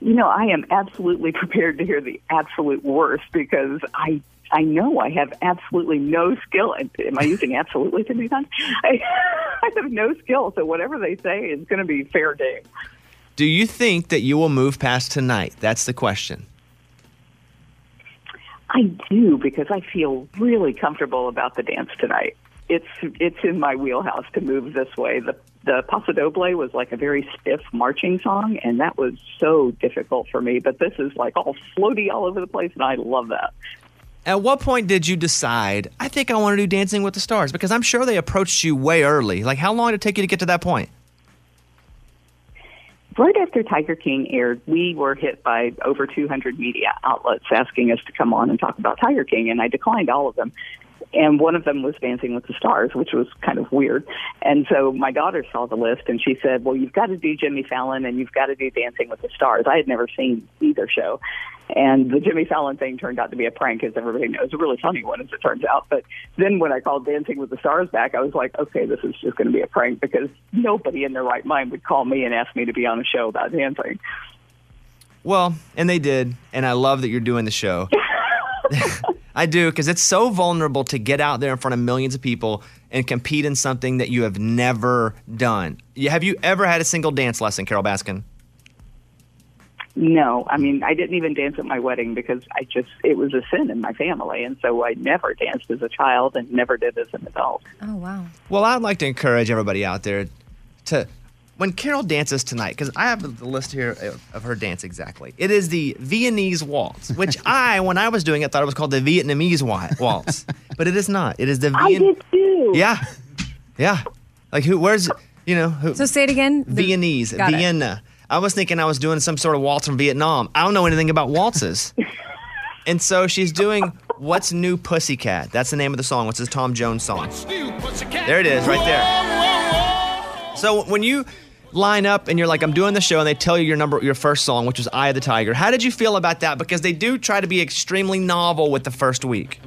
You know, I am absolutely prepared to hear the absolute worst because I I know I have absolutely no skill. Am I using absolutely too many times? [laughs] I, I have no skill, so whatever they say is going to be fair game. Do you think that you will move past tonight? That's the question. I do because I feel really comfortable about the dance tonight. It's it's in my wheelhouse to move this way. The the Paso Doble was like a very stiff marching song, and that was so difficult for me. But this is like all floaty all over the place, and I love that. At what point did you decide, I think I want to do Dancing with the Stars? Because I'm sure they approached you way early. Like, how long did it take you to get to that point? Right after Tiger King aired, we were hit by over 200 media outlets asking us to come on and talk about Tiger King, and I declined all of them. And one of them was Dancing with the Stars, which was kind of weird. And so my daughter saw the list and she said, Well, you've got to do Jimmy Fallon and you've got to do Dancing with the Stars. I had never seen either show. And the Jimmy Fallon thing turned out to be a prank, as everybody knows, a really funny one, as it turns out. But then when I called Dancing with the Stars back, I was like, okay, this is just going to be a prank because nobody in their right mind would call me and ask me to be on a show about dancing. Well, and they did, and I love that you're doing the show. [laughs] I do because it's so vulnerable to get out there in front of millions of people and compete in something that you have never done. You- Have you ever had a single dance lesson, Carol Baskin? No, I mean, I didn't even dance at my wedding because I just, it was a sin in my family. And so I never danced as a child and never did as an adult. Oh, wow. Well, I'd like to encourage everybody out there to when Carol dances tonight, because I have the list here of- of her dance exactly. It is the Viennese waltz, [laughs] which I, when I was doing it, thought it was called the Vietnamese wa- [laughs] waltz, but it is not. It is the Vien- I did too. Yeah, yeah. Like who? Where's you know? Who, So say it again. The- Viennese, Got it. Vienna. I was thinking I was doing some sort of waltz from Vietnam. I don't know anything about [laughs] waltzes. and so she's doing What's New Pussycat. That's the name of the song. What's this Tom Jones song? There it is, right there. So when you line up and you're like, I'm doing the show, and they tell you your number, your first song, which was Eye of the Tiger. How did you feel about that? Because they do try to be extremely novel with the first week.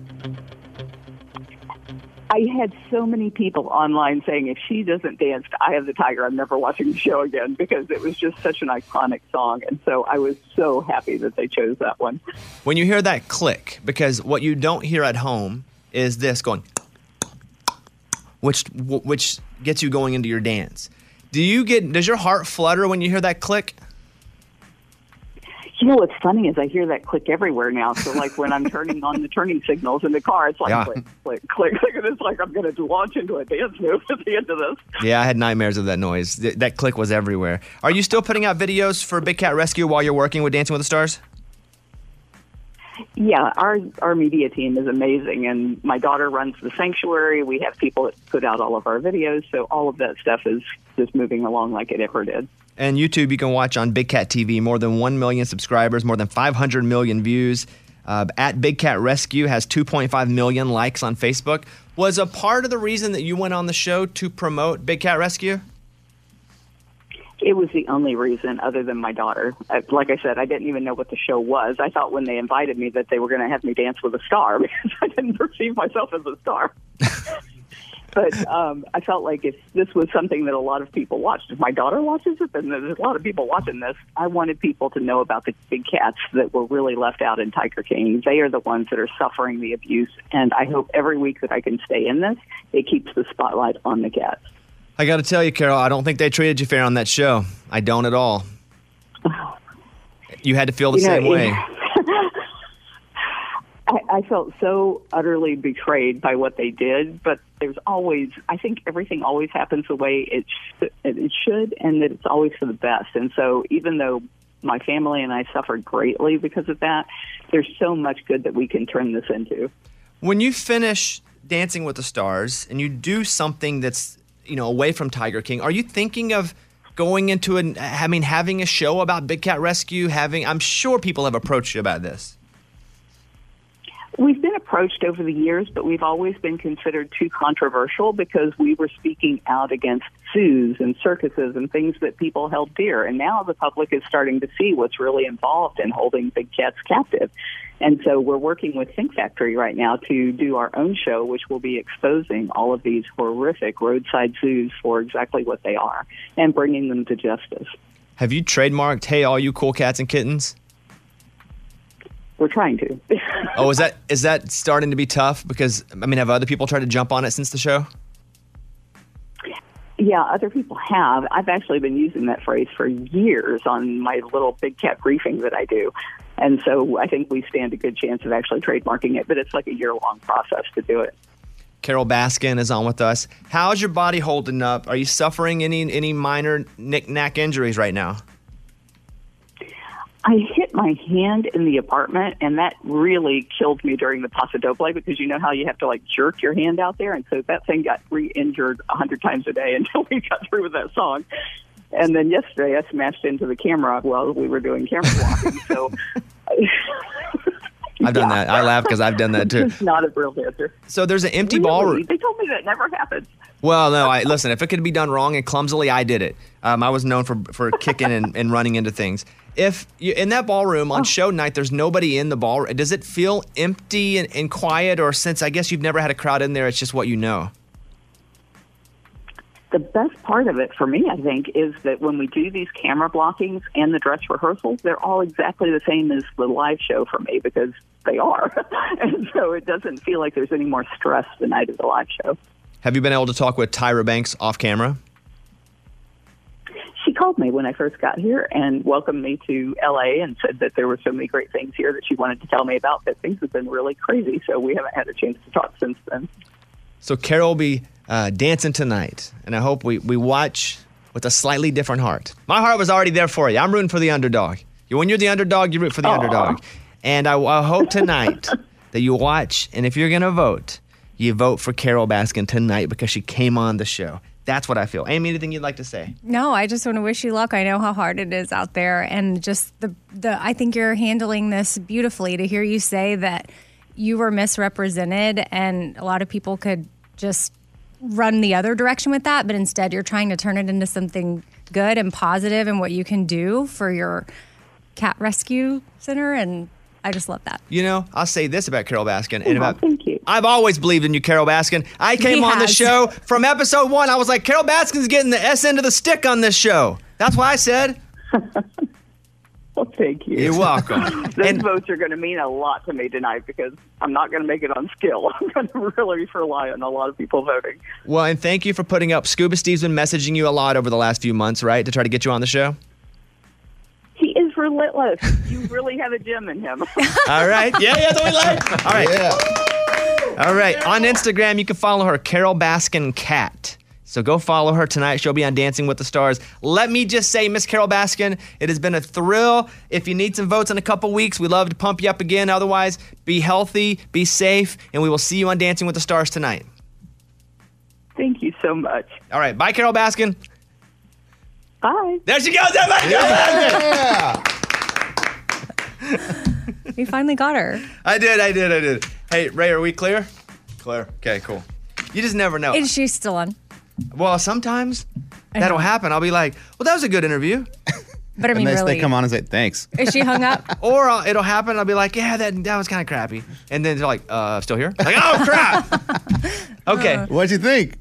I had so many people online saying, if she doesn't dance to Eye of the Tiger, I'm never watching the show again because it was just such an iconic song. And so I was so happy that they chose that one. When you hear that click, because what you don't hear at home is this going, which which gets you going into your dance. Do you get? Does your heart flutter when you hear that click? You know what's funny is I hear that click everywhere now. So like when I'm turning on the turning signals in the car, it's like Yeah. click, click, click, click, and it's like I'm going to launch into a dance move at the end of this. Yeah, I had nightmares of that noise. Th- that click was everywhere. Are you still putting out videos for Big Cat Rescue while you're working with Dancing with the Stars? Yeah, our our media team is amazing, and my daughter runs the sanctuary. We have people that put out all of our videos, so all of that stuff is just moving along like it ever did. And YouTube, you can watch on Big Cat TV. More than 1 million subscribers, more than 500 million views. Uh, at Big Cat Rescue has 2.5 million likes on Facebook. Was a part of the reason that you went on the show to promote Big Cat Rescue? It was the only reason, other than my daughter. I, like I said, I didn't even know what the show was. I thought when they invited me that they were going to have me dance with a star [laughs] because I didn't perceive myself as a star. but um, I felt like if this was something that a lot of people watched, if my daughter watches it, then there's a lot of people watching this. I wanted people to know about the big cats that were really left out in Tiger King. They are the ones that are suffering the abuse, and I hope every week that I can stay in this, it keeps the spotlight on the cats. I got to tell you, Carol, I don't think they treated you fair on that show. I don't at [laughs] all. You had to feel the You know, same it- way. I, I felt so utterly betrayed by what they did, but there's always, I think everything always happens the way it, sh- it should, and that it's always for the best. And so, even though my family and I suffered greatly because of that, there's so much good that we can turn this into. when you finish Dancing with the Stars and you do something that's you know away from Tiger King, are you thinking of going into an? I mean, having a show about Big Cat Rescue? Having I'm sure people have approached you about this. We've been approached over the years, but we've always been considered too controversial because we were speaking out against zoos and circuses and things that people held dear. And now the public is starting to see what's really involved in holding big cats captive. And so we're working with Think Factory right now to do our own show, which will be exposing all of these horrific roadside zoos for exactly what they are and bringing them to justice. Have you trademarked? Hey, all you cool cats and kittens. We're trying to. Oh, is that is that starting to be tough? Because I mean, have other people tried to jump on it since the show? Yeah, other people have. I've actually been using that phrase for years on my little big cat briefing that I do. And so I think we stand a good chance of actually trademarking it, but it's like a year long process to do it. Carol Baskin is on with us. How's your body holding up? Are you suffering any any minor knick-knack injuries right now? I hit my hand in the apartment, and that really killed me during the Paso Doble because you know how you have to like jerk your hand out there, and so that thing got re-injured a hundred times a day [laughs] until we got through with that song. And then yesterday, I smashed into the camera while we were doing camera walking. So I've done that. I laugh because I've done that too. it's not a real dancer. So there's an empty Really? ballroom. They told me that never happened. Well, no, I listen. If it could be done wrong and clumsily, I did it. Um, I was known for for kicking and, and running into things. If you, in that ballroom on show night, there's nobody in the ballroom. Does it feel empty and, and quiet, or since I guess you've never had a crowd in there, it's just what you know? the best part of it for me, I think, is that when we do these camera blockings and the dress rehearsals, they're all exactly the same as the live show for me because they are. [laughs] and so it doesn't feel like there's any more stress the night of the live show. Have you been able to talk with Tyra Banks off camera? she called me when I first got here and welcomed me to LA and said that there were so many great things here that she wanted to tell me about, but things have been really crazy, so we haven't had a chance to talk since then. So Carol will be uh, dancing tonight, and I hope we, we watch with a slightly different heart. My heart was already there for you. I'm rooting for the underdog. You, when you're the underdog, you root for the underdog. And I, I hope tonight that you watch, and if you're going to vote, you vote for Carol Baskin tonight because she came on the show. That's what I feel. Amy, anything you'd like to say? No, I just want to wish you luck. I know how hard it is out there, and just the the I think you're handling this beautifully. To hear you say that you were misrepresented, and a lot of people could just run the other direction with that, but instead you're trying to turn it into something good and positive, and what you can do for your cat rescue center, and I just love that. You know, I'll say this about Carol Baskin and about thank you. I've always believed in you, Carol Baskin. I came He on the has. show from episode one. I was like, Carol Baskin's getting the S end of the stick on this show. That's what I said. [laughs] well, thank you. You're [laughs] welcome. Those votes are going to mean a lot to me tonight because I'm not going to make it on skill. [laughs] I'm going to really rely on a lot of people voting. Well, and thank you for putting up. Scuba Steve's been messaging you a lot over the last few months, right, to try to get you on the show. He is relentless. you really have a gem in him. All right. [laughs] Yeah, yeah, that's what we like. All right. All right. On Instagram, you can follow her, Carol Baskin Cat. So go follow her tonight. She'll be on Dancing with the Stars. Let me just say, Miss Carol Baskin, it has been a thrill. If you need some votes in a couple weeks, we'd love to pump you up again. Otherwise, be healthy, be safe, and we will see you on Dancing with the Stars tonight. Thank you so much. All right. Bye, Carol Baskin. Bye. There she goes, everybody. Yeah. We finally got her. I did, I did, I did. Hey, Ray, are we clear? Clear. Okay, cool. You just never know. Is she still on? Well, sometimes that'll happen. I'll be like, well, that was a good interview. But I mean, Unless really, they come on and say thanks. is she hung up? [laughs] or I'll, it'll happen. I'll be like, yeah, that, that was kind of crappy. And then they're like, uh, still here? Like, oh, [laughs] crap. okay. [laughs] What'd you [sighs] think?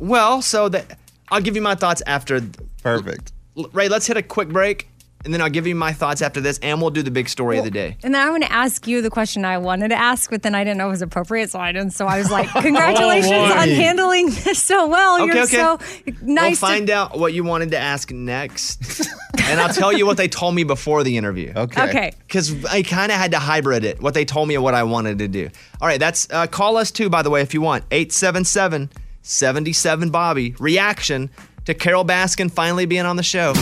Well, so that I'll give you my thoughts after. Perfect. Ray, let's hit a quick break. And then I'll give you my thoughts after this, and we'll do the big story of the day. And then I want to ask you the question I wanted to ask, but then I didn't know it was appropriate, so I didn't. So I was like, [laughs] "Congratulations Oh, boy. on handling this so Okay, well. Oh, You're okay. so nice." we'll to- find out what you wanted to ask next, [laughs] and I'll tell you what they told me before the interview. Okay. Okay. Because I kind of had to hybrid it, what they told me and what I wanted to do. All right, that's uh, call us too, by the way, if you want 877 77 Bobby. Reaction to Carol Baskin finally being on the show.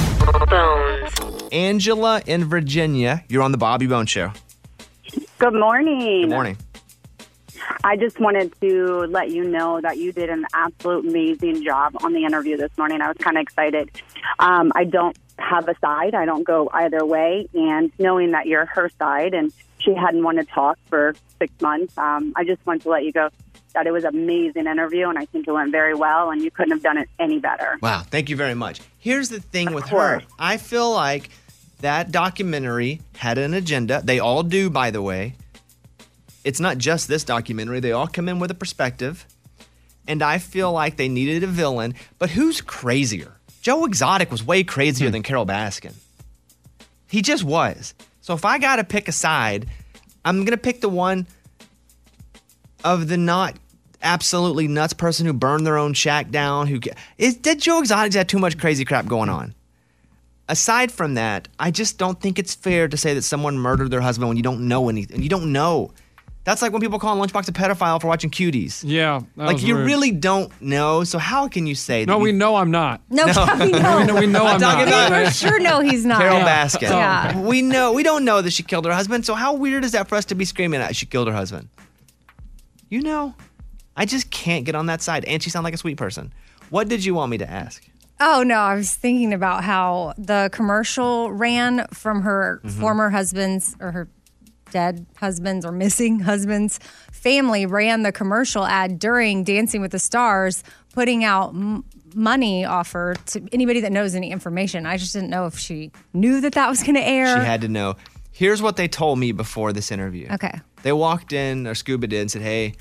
Angela in Virginia, you're on the Bobby Bone Show. Good morning. Good morning. I just wanted to let you know that you did an absolute amazing job on the interview this morning. I was kind of excited. Um, I don't have a side, I don't go either way. And knowing that you're her side and she hadn't wanted to talk for six months, um, I just wanted to let you go that it was an amazing interview and I think it went very well and you couldn't have done it any better. Wow, thank you very much. Here's the thing with course. her. I feel like that documentary had an agenda. They all do, by the way. It's not just this documentary, they all come in with a perspective. And I feel like they needed a villain, but who's crazier? Joe Exotic was way crazier than Carol Baskin. He just was. So if I got to pick a side, I'm going to pick the one of the not absolutely nuts person who burned their own shack down. Who is that? Joe Exotic's had too much crazy crap going on. Aside from that, I just don't think it's fair to say that someone murdered their husband when you don't know anything. You don't know. That's like when people call Lunchbox a pedophile for watching cuties. Yeah. that Like was you rude. really don't know. So how can you say? No, that we know I'm not. No, [laughs] we know. We know- we know I'm talking not. about- For sure, no, he's not. Carol Baskin. Yeah. We know we don't know that she killed her husband. So how weird is that for us to be screaming at she killed her husband? You know, I just can't get on that side. And she sounded like a sweet person. What did you want me to ask? Oh no, I was thinking about how the commercial ran from her Mhm. former husband's or her dead husband's or missing husband's family ran the commercial ad during Dancing with the Stars, putting out m- money offer to anybody that knows any information. I just didn't know if she knew that that was going to air. She had to know. Here's what they told me before this interview. Okay. They walked in, or Scuba did, and said, Hey,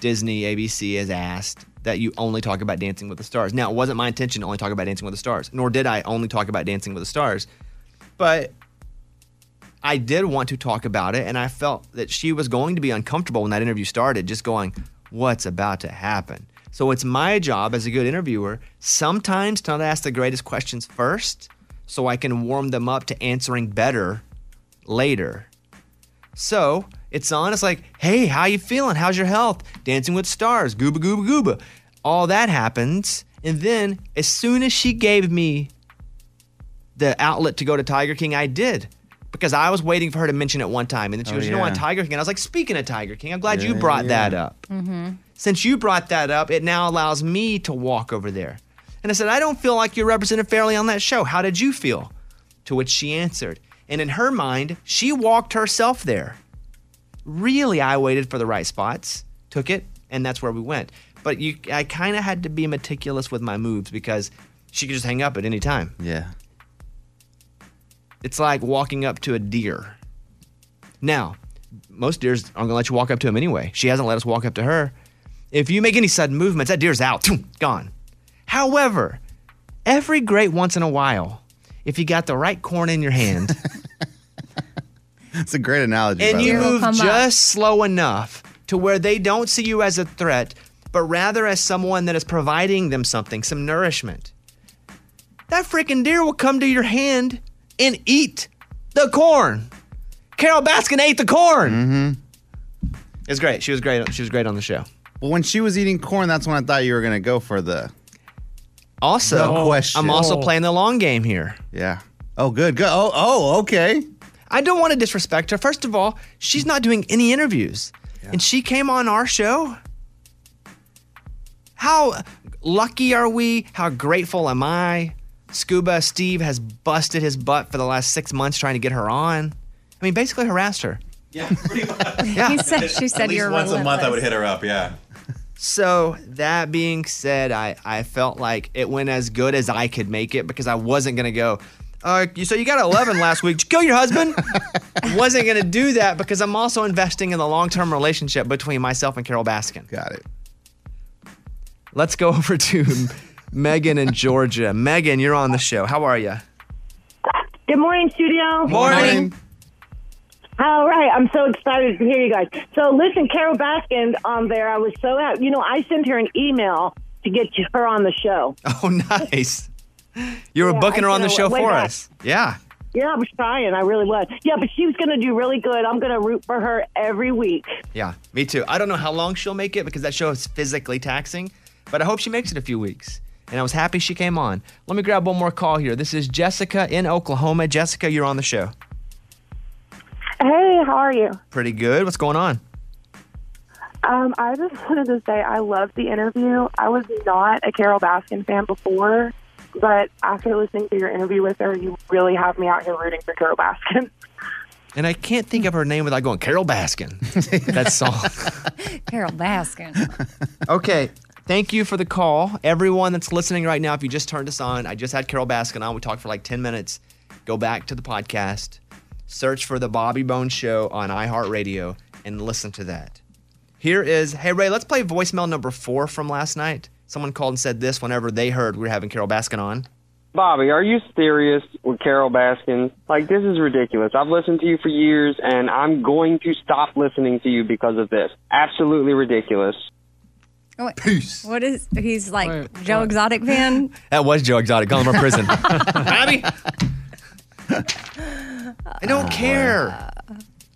Disney, ABC has asked that you only talk about Dancing with the Stars. Now, it wasn't my intention to only talk about Dancing with the Stars, nor did I only talk about Dancing with the Stars, but I did want to talk about it, and I felt that she was going to be uncomfortable when that interview started, just going, What's about to happen? So it's my job as a good interviewer sometimes to not ask the greatest questions first so I can warm them up to answering better later. So it's on. It's like, hey, how you feeling? How's your health? Dancing with Stars, gooba gooba gooba. All that happens, and then as soon as she gave me the outlet to go to Tiger King, I did because I was waiting for her to mention it one time, and then she Oh, goes, you know what, yeah. Tiger King. And I was like, speaking of Tiger King, I'm glad you Yeah, brought that yeah. up Mm-hmm. since you brought that up, it now allows me to walk over there. And I said, I don't feel like you're represented fairly on that show. How did you feel? To which she answered. And in her mind, she walked herself there. Really, I waited for the right spots, took it, and that's where we went. But you, I kind of had to be meticulous with my moves because she could just hang up at any time. Yeah. It's like walking up to a deer. Now, most deers aren't gonna let you walk up to him anyway. She hasn't let us walk up to her. If you make any sudden movements, that deer's out, gone. However, every great once in a while, if you got the right corn in your hand [laughs] It's a great analogy. by and the you way. move just slow enough to where they don't see you as a threat, but rather as someone that is providing them something, some nourishment, that freaking deer will come to your hand and eat the corn. Carol Baskin ate the corn. Mm-hmm. It's great. She was great. She was great on the show. Well, when she was eating corn, that's when I thought you were going to go for the. Also, the question. I'm Oh. also playing the long game here. Yeah. Oh, good. Good. Oh, oh, okay. I don't want to disrespect her. First of all, she's not doing any interviews, and she came on our show. How lucky are we? How grateful am I? Scuba Steve has busted his butt for the last six months trying to get her on. I mean, basically harassed her. Yeah. [laughs] He said, she said At least you're once a month I would relentless. hit her up. Yeah. So that being said, I, I felt like it went as good as I could make it because I wasn't gonna go. Uh, you, so you got 11 last week. Did you kill [laughs] your husband. wasn't gonna do that because I'm also investing in the long term relationship between myself and Carol Baskin. Got it. Let's go [laughs] over to Megan in Georgia. Megan, you're on the show. How [laughs] are you? Good morning, studio. Morning. All right, I'm so excited to hear you guys. So listen, Carol Baskin on there, I was so out. You know, I sent her an email to get you- her on the show. Oh, nice. You were Yeah, booking I her on the know. show Way for back. us. Yeah. Yeah, I was trying. I really was. Yeah, but she was going to do really good. I'm going to root for her every week. Yeah, me too. I don't know how long she'll make it because that show is physically taxing, but I hope she makes it a few weeks. And I was happy she came on. Let me grab one more call here. This is Jessica in Oklahoma. Jessica, you're on the show. Hey, how are you? Pretty good. What's going on? Um, I just wanted to say I loved the interview. I was not a Carol Baskin fan before, but after listening to your interview with her, you really have me out here rooting for Carol Baskin. And I can't think of her name without going Carol Baskin. [laughs] that song. [laughs] Carol Baskin. Okay. Thank you for the call. Everyone that's listening right now, if you just turned us on, I just had Carol Baskin on. We talked for like 10 minutes. Go back to the podcast, search for the Bobby Bones Show on iHeartRadio, and listen to that. Here is Hey Ray, let's play voicemail number four from last night. Someone called and said this whenever they heard we were having Carol Baskin on. Bobby, are you serious with Carol Baskin? Like, this is ridiculous. I've listened to you for years, and I'm going to stop listening to you because of this. Absolutely ridiculous. Peace. What is he's like Joe Exotic fan? That was Joe Exotic. Call him a [laughs] prison. Bobby. I don't care.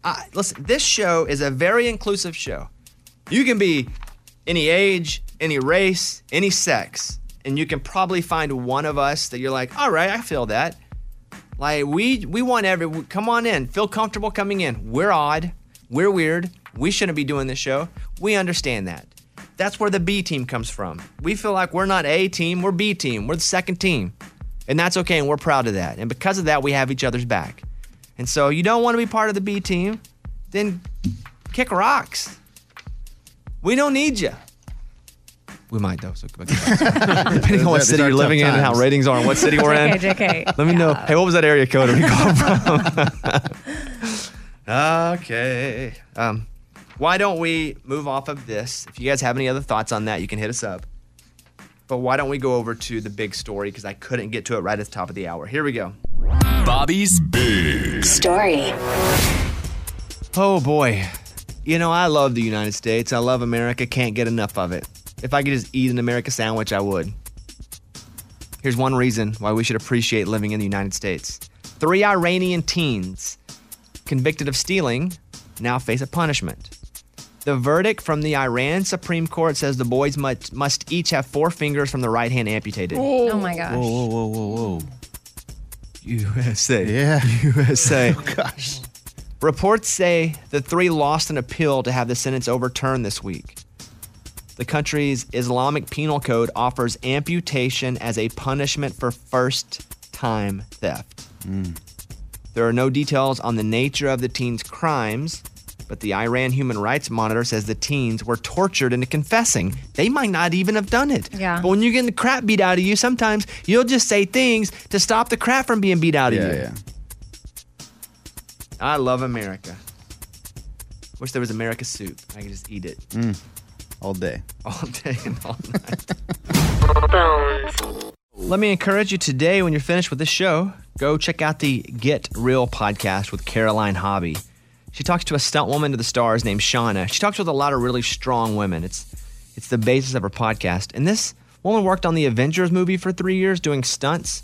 I, listen, this show is a very inclusive show. You can be any age, any race, any sex, and you can probably find one of us that you're like, all right, I feel that. Like we we want every come on in, feel comfortable coming in. We're odd, we're weird, we shouldn't be doing this show. We understand that. That's where the B team comes from. We feel like we're not A team, we're B team, we're the second team. And that's okay, and we're proud of that. And because of that, we have each other's back. And so you don't want to be part of the B team, then kick rocks. We don't need you. We might though. So [laughs] Depending on what These city are you're tough living in and how times. ratings are and what [laughs] city we're in. JK, Let me know. Hey, what was that area code [laughs] where you called from? okay. Um, why don't we move off of this? If you guys have any other thoughts on that, you can hit us up. But why don't we go over to the big story because I couldn't get to it right at the top of the hour. Here we go. Bobby's Big, Big Story. Oh boy. You know, I love the United States. I love America. Can't get enough of it. If I could just eat an America sandwich, I would. Here's one reason why we should appreciate living in the United States. Three Iranian teens convicted of stealing now face a punishment. The verdict from the Iran Supreme Court says the boys must, must each have four fingers from the right hand amputated. [laughs] Oh my gosh. Whoa, whoa, whoa, whoa, whoa. USA. [laughs] Yeah. USA. [laughs] Oh, gosh. Reports say the three lost an appeal to have the sentence overturned this week. The country's Islamic Penal Code offers amputation as a punishment for first time theft. There are no details on the nature of the teens' crimes, but the Iran Human Rights Monitor says the teens were tortured into confessing. They might not even have done it. Yeah. But when you're getting the crap beat out of you, sometimes you'll just say things to stop the crap from being beat out of you. Yeah. I love America. Wish there was America soup. I could just eat it Mm. All day. all day and all night. Let me encourage you today when you're finished with this show, go check out the Get Real podcast with Caroline Hobby. She talks to a stunt woman to the stars named Shauna. She talks with a lot of really strong women. It's it's the basis of her podcast. And this woman worked on the Avengers movie for three years doing stunts.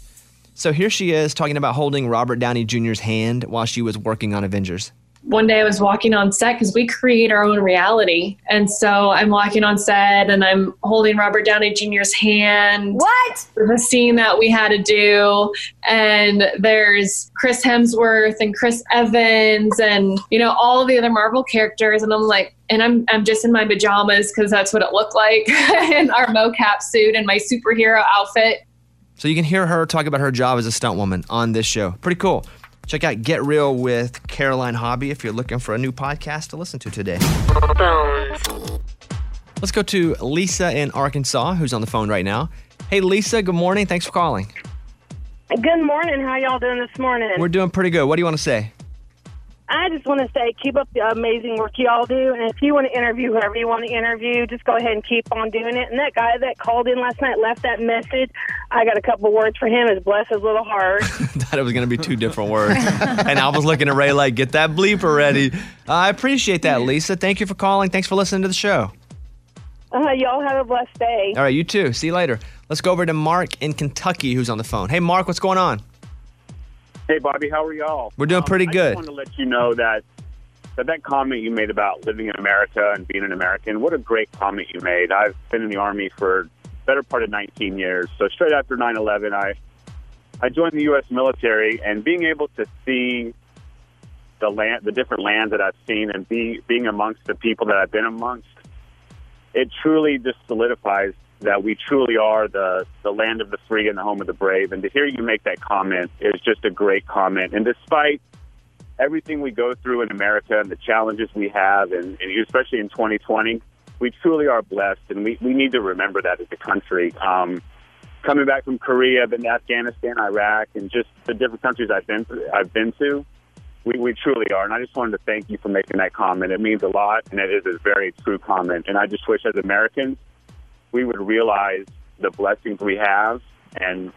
So here she is talking about holding Robert Downey Jr.'s hand while she was working on Avengers. one day I was walking on set because we create our own reality. And so I'm walking on set and I'm holding Robert Downey Jr.'s hand. What? The scene that we had to do. And there's Chris Hemsworth and Chris Evans and, you know, all the other Marvel characters. And I'm like, and I'm, I'm just in my pajamas because that's what it looked like [laughs] in our mocap suit and my superhero outfit. So you can hear her talk about her job as a stunt woman on this show. Pretty cool. Check out Get Real with Caroline Hobby if you're looking for a new podcast to listen to today. Let's go to Lisa in Arkansas, who's on the phone right now. Hey, Lisa, good morning. Thanks for calling. [laughs] Good morning. How y'all doing this morning? We're doing pretty good. What do you want to say? [laughs] I just want to say, keep up the amazing work y'all do. And if you want to interview whoever you want to interview, just go ahead and keep on doing it. And that guy that called in last night left that message. I got a couple words for him. Is bless his little heart. Thought it was going to be two different words. and I was looking at Ray like, get that bleeper ready. I appreciate that, Lisa. Thank you for calling. Thanks for listening to the show. Uh, y'all have a blessed day. All right, you too. See you later. Let's go over to Mark in Kentucky, who's on the phone. Hey, Mark, what's going on? Hey, Bobby, how are y'all? Um, We're doing pretty I just good. want to let you know that, that that comment you made about living in America and being an American, what a great comment you made. I've been in the Army for better part of 19 years. So straight after 9-11, I, I joined the U.S. military, and being able to see the land, the different lands that I've seen and be, being amongst the people that I've been amongst, it truly just solidifies that we truly are the, the land of the free and the home of the brave. And to hear you make that comment is just a great comment. And despite everything we go through in America and the challenges we have, and, and especially in 2020, we truly are blessed, and we, we need to remember that as a country. Um, coming back from Korea, been to Afghanistan, Iraq, and just the different countries I've been I've been to, we, we truly are. And I just wanted to thank you for making that comment. It means a lot, and it is a very true comment. And I just wish, as Americans, we would realize the blessings we have and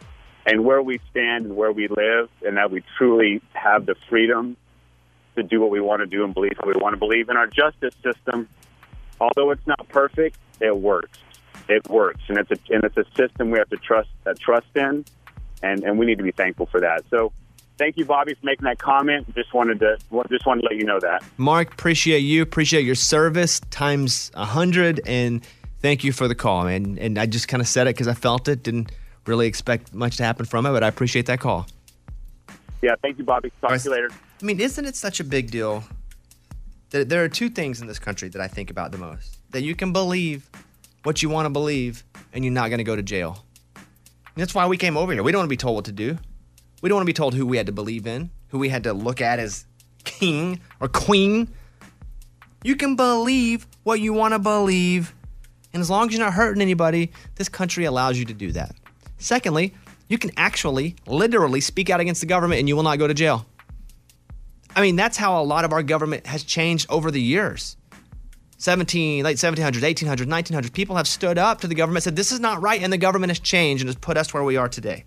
and where we stand and where we live, and that we truly have the freedom to do what we want to do and believe what we want to believe. And our justice system, although it's not perfect, it works. It works, and it's a and it's a system we have to trust uh, trust in, and and we need to be thankful for that. So. Thank you, Bobby, for making that comment. Just wanted to just wanted to let you know that. Mark, appreciate you. Appreciate your service times a hundred, and thank you for the call, man. And I just kind of said it because I felt it. Didn't really expect much to happen from it, but I appreciate that call. Yeah, thank you, Bobby. Talk to you later. I mean, isn't it such a big deal? That there are two things in this country that I think about the most: that you can believe what you want to believe, and you're not going to go to jail. And that's why we came over here. We don't want to be told what to do. We don't want to be told who we had to believe in, who we had to look at as king or queen. You can believe what you want to believe. And as long as you're not hurting anybody, this country allows you to do that. Secondly, you can actually, literally speak out against the government and you will not go to jail. I mean, that's how a lot of our government has changed over the years. 17, late 1700s, 1800s, 1900s, people have stood up to the government, said, This is not right. And the government has changed and has put us where we are today.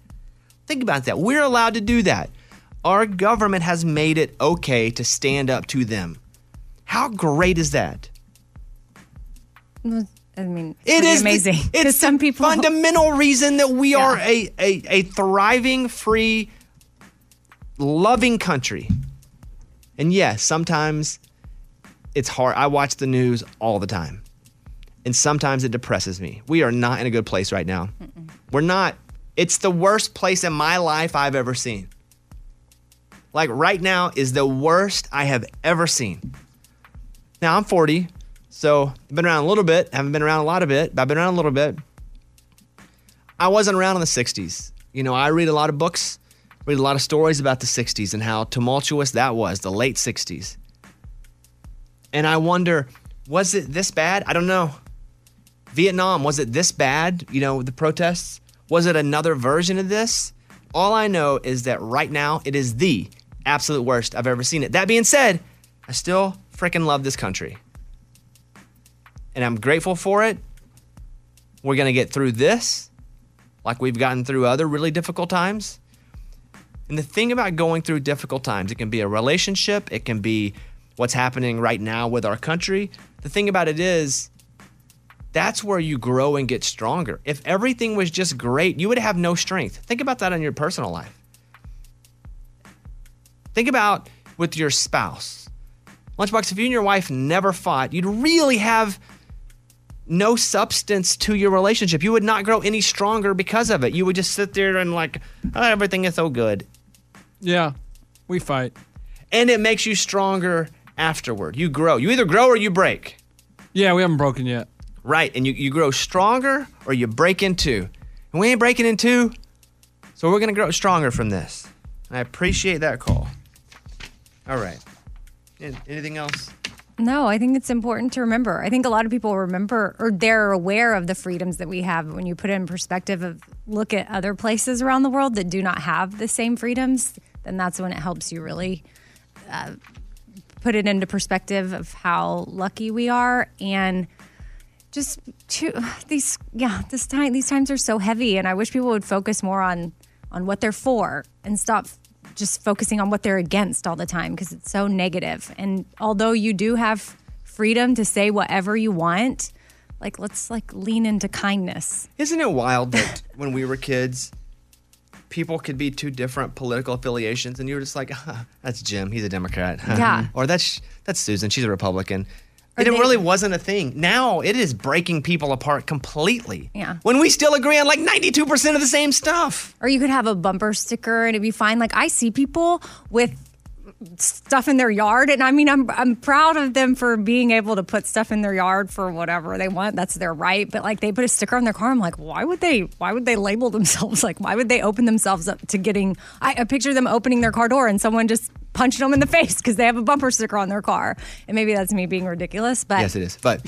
Think about that. We're allowed to do that. Our government has made it okay to stand up to them. How great is that? Mm. I mean, It pretty is the- amazing. it's some people fundamental reason that we are Yeah. a, a a thriving, free, loving country. And yes, sometimes it's hard. I watch the news all the time, and sometimes it depresses me. We are not in a good place right now. We're not. It's the worst place in my life I've ever seen. Like right now is the worst I have ever seen. Now I'm 40, so I've been around a little bit. Haven't been around a lot of it, but I've been around a little bit. I wasn't around in the 60s. You know, I read a lot of books, read a lot of stories about the 60s and how tumultuous that was, the late 60s. And I wonder, was it this bad? I don't know. Vietnam, was it this bad? You know, the protests? Was it another version of this? All I know is that right now it is the absolute worst I've ever seen it. That being said, I still freaking love this country. And I'm grateful for it. We're going to get through this like we've gotten through other really difficult times. And the thing about going through difficult times, it can be a relationship, it can be what's happening right now with our country. The thing about it is, that's where you grow and get stronger. If everything was just great, you would have no strength. Think about that in your personal life. Think about with your spouse. Lunchbox, if you and your wife never fought, you'd really have no substance to your relationship. You would not grow any stronger because of it. You would just sit there and like, oh, everything is so good. Yeah, we fight. And it makes you stronger afterward. You grow. You either grow or you break. Yeah, we haven't broken yet. Right. And you, you grow stronger or you break in two. And we ain't breaking in two. So we're going to grow stronger from this. And I appreciate that call. All right. An- Anything else? No, I think it's important to remember. I think a lot of people remember or they're aware of the freedoms that we have when you put it in perspective of look at other places around the world that do not have the same freedoms, then that's when it helps you really uh, put it into perspective of how lucky we are and just to, these yeah, this time these times are so heavy and I wish people would focus more on on what they're for and stop just focusing on what they're against all the time because it's so negative. And although you do have freedom to say whatever you want, like let's like lean into kindness. Isn't it wild that [laughs] when we were kids, people could be two different political affiliations, and you were just like, [laughs] "Huh, "That's Jim, he's a Democrat," [laughs] huh, Yeah. or "That's that's Susan, she's a Republican." Or And it they- really wasn't a thing. Now it is breaking people apart completely. Yeah. When we still agree on like 92% of the same stuff. Or you could have a bumper sticker and it'd be fine. Like I see people with stuff in their yard and I mean I'm I'm proud of them for being able to put stuff in their yard for whatever they want. That's their right. But like they put a sticker on their car. I'm like, why would they why would they label themselves? [laughs] Like why would they open themselves up to getting I, I picture them opening their car door and someone just punching them in the [laughs] face because they have a bumper sticker on their car. And maybe that's me being ridiculous, but yes, it is. [laughs] But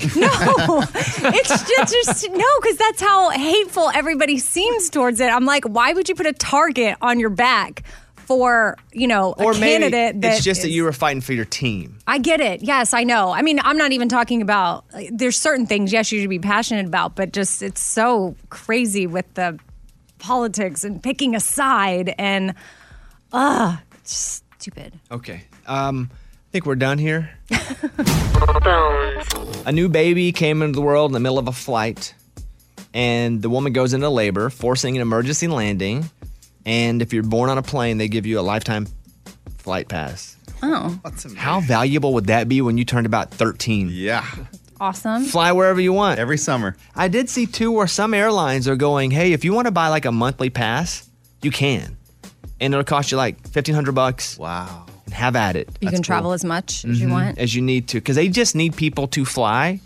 it's just, just no, because that's how hateful everybody seems towards it. I'm like, why would you put a target on your back for you know a or maybe candidate? That it's just that you were fighting for your team. I get it. Yes, I know. I mean, I'm not even talking about. like, There's certain things, yes, you should be passionate about, but just it's so crazy with the politics and picking a side and ugh, it's just stupid. Okay. Um, I think we're done here. a new baby came into the world in the middle of a flight, and the woman goes into labor, forcing an emergency landing. And if you're born on a plane, they give you a lifetime flight pass. Oh, How valuable would that be when you turned about 13? Yeah. awesome. Fly wherever you want. Every summer. I did see too where some airlines are going, hey, if you want to buy like a monthly pass, you can. And it'll cost you like 1500 bucks. Wow. And have at it. You can travel as much as you Mhm, want. As you need to, because they just need people to fly.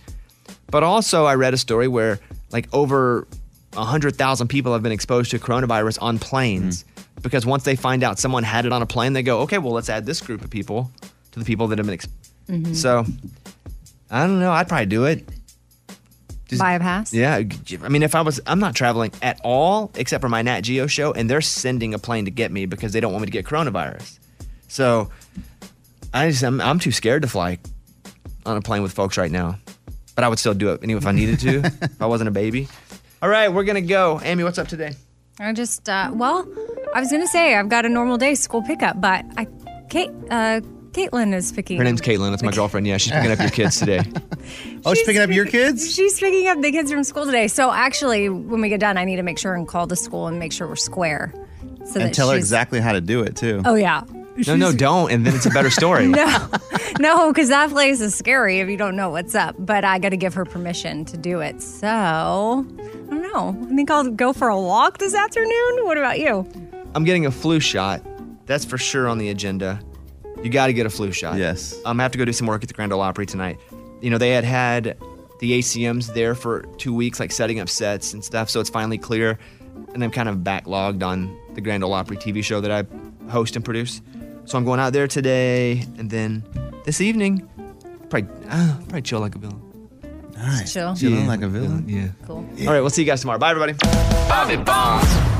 But also, I read a story where like over 100,000 people have been exposed to coronavirus on planes because once they find out someone had it on a plane, they go, okay, well, let's add this group of people to the people that have been exposed. Mhm. So, I don't know. I'd probably do it. Buy a pass. Yeah. I mean, if I was, I'm not traveling at all except for my Nat Geo show, and they're sending a plane to get me because they don't want me to get coronavirus. So I just, I'm, I'm too scared to fly on a plane with folks right now, but I would still do it anyway if I needed to, if I wasn't a baby. All right, we're going to go. Amy, what's up today? I just, uh, well, I was gonna say I've got a normal day school pickup, but I, Kate, uh, Caitlin is picking. Her name's Caitlin. [laughs] That's my girlfriend. Yeah, she's picking up your kids today. oh, she's picking up your kids? She's picking up the kids from school today. So actually, when we get done, I need to make sure and call the school and make sure we're square. and So that tell her she's- exactly how to do it too. Oh yeah. No, no, don't. And then it's a better story. No, [laughs] no, because that place is scary if you don't know what's up. But I got to give her permission to do it. So I don't know. I think I'll go for a walk this afternoon. What about you? I'm getting a flu shot. That's for sure on the agenda. You got to get a flu shot. Yes. Um, I have to go do some work at the Grand Ole Opry tonight. You know, they had had the ACMs there for two weeks, like setting up sets and stuff. So it's finally clear. And I'm kind of backlogged on the Grand Ole Opry TV show that I host and produce. So I'm going out there today. And then this evening, probably, uh, probably chill like a villain. Nice. Chill. like a villain. Yeah. Cool. All right. We'll see you guys tomorrow. Bye, everybody. Bobby Bones.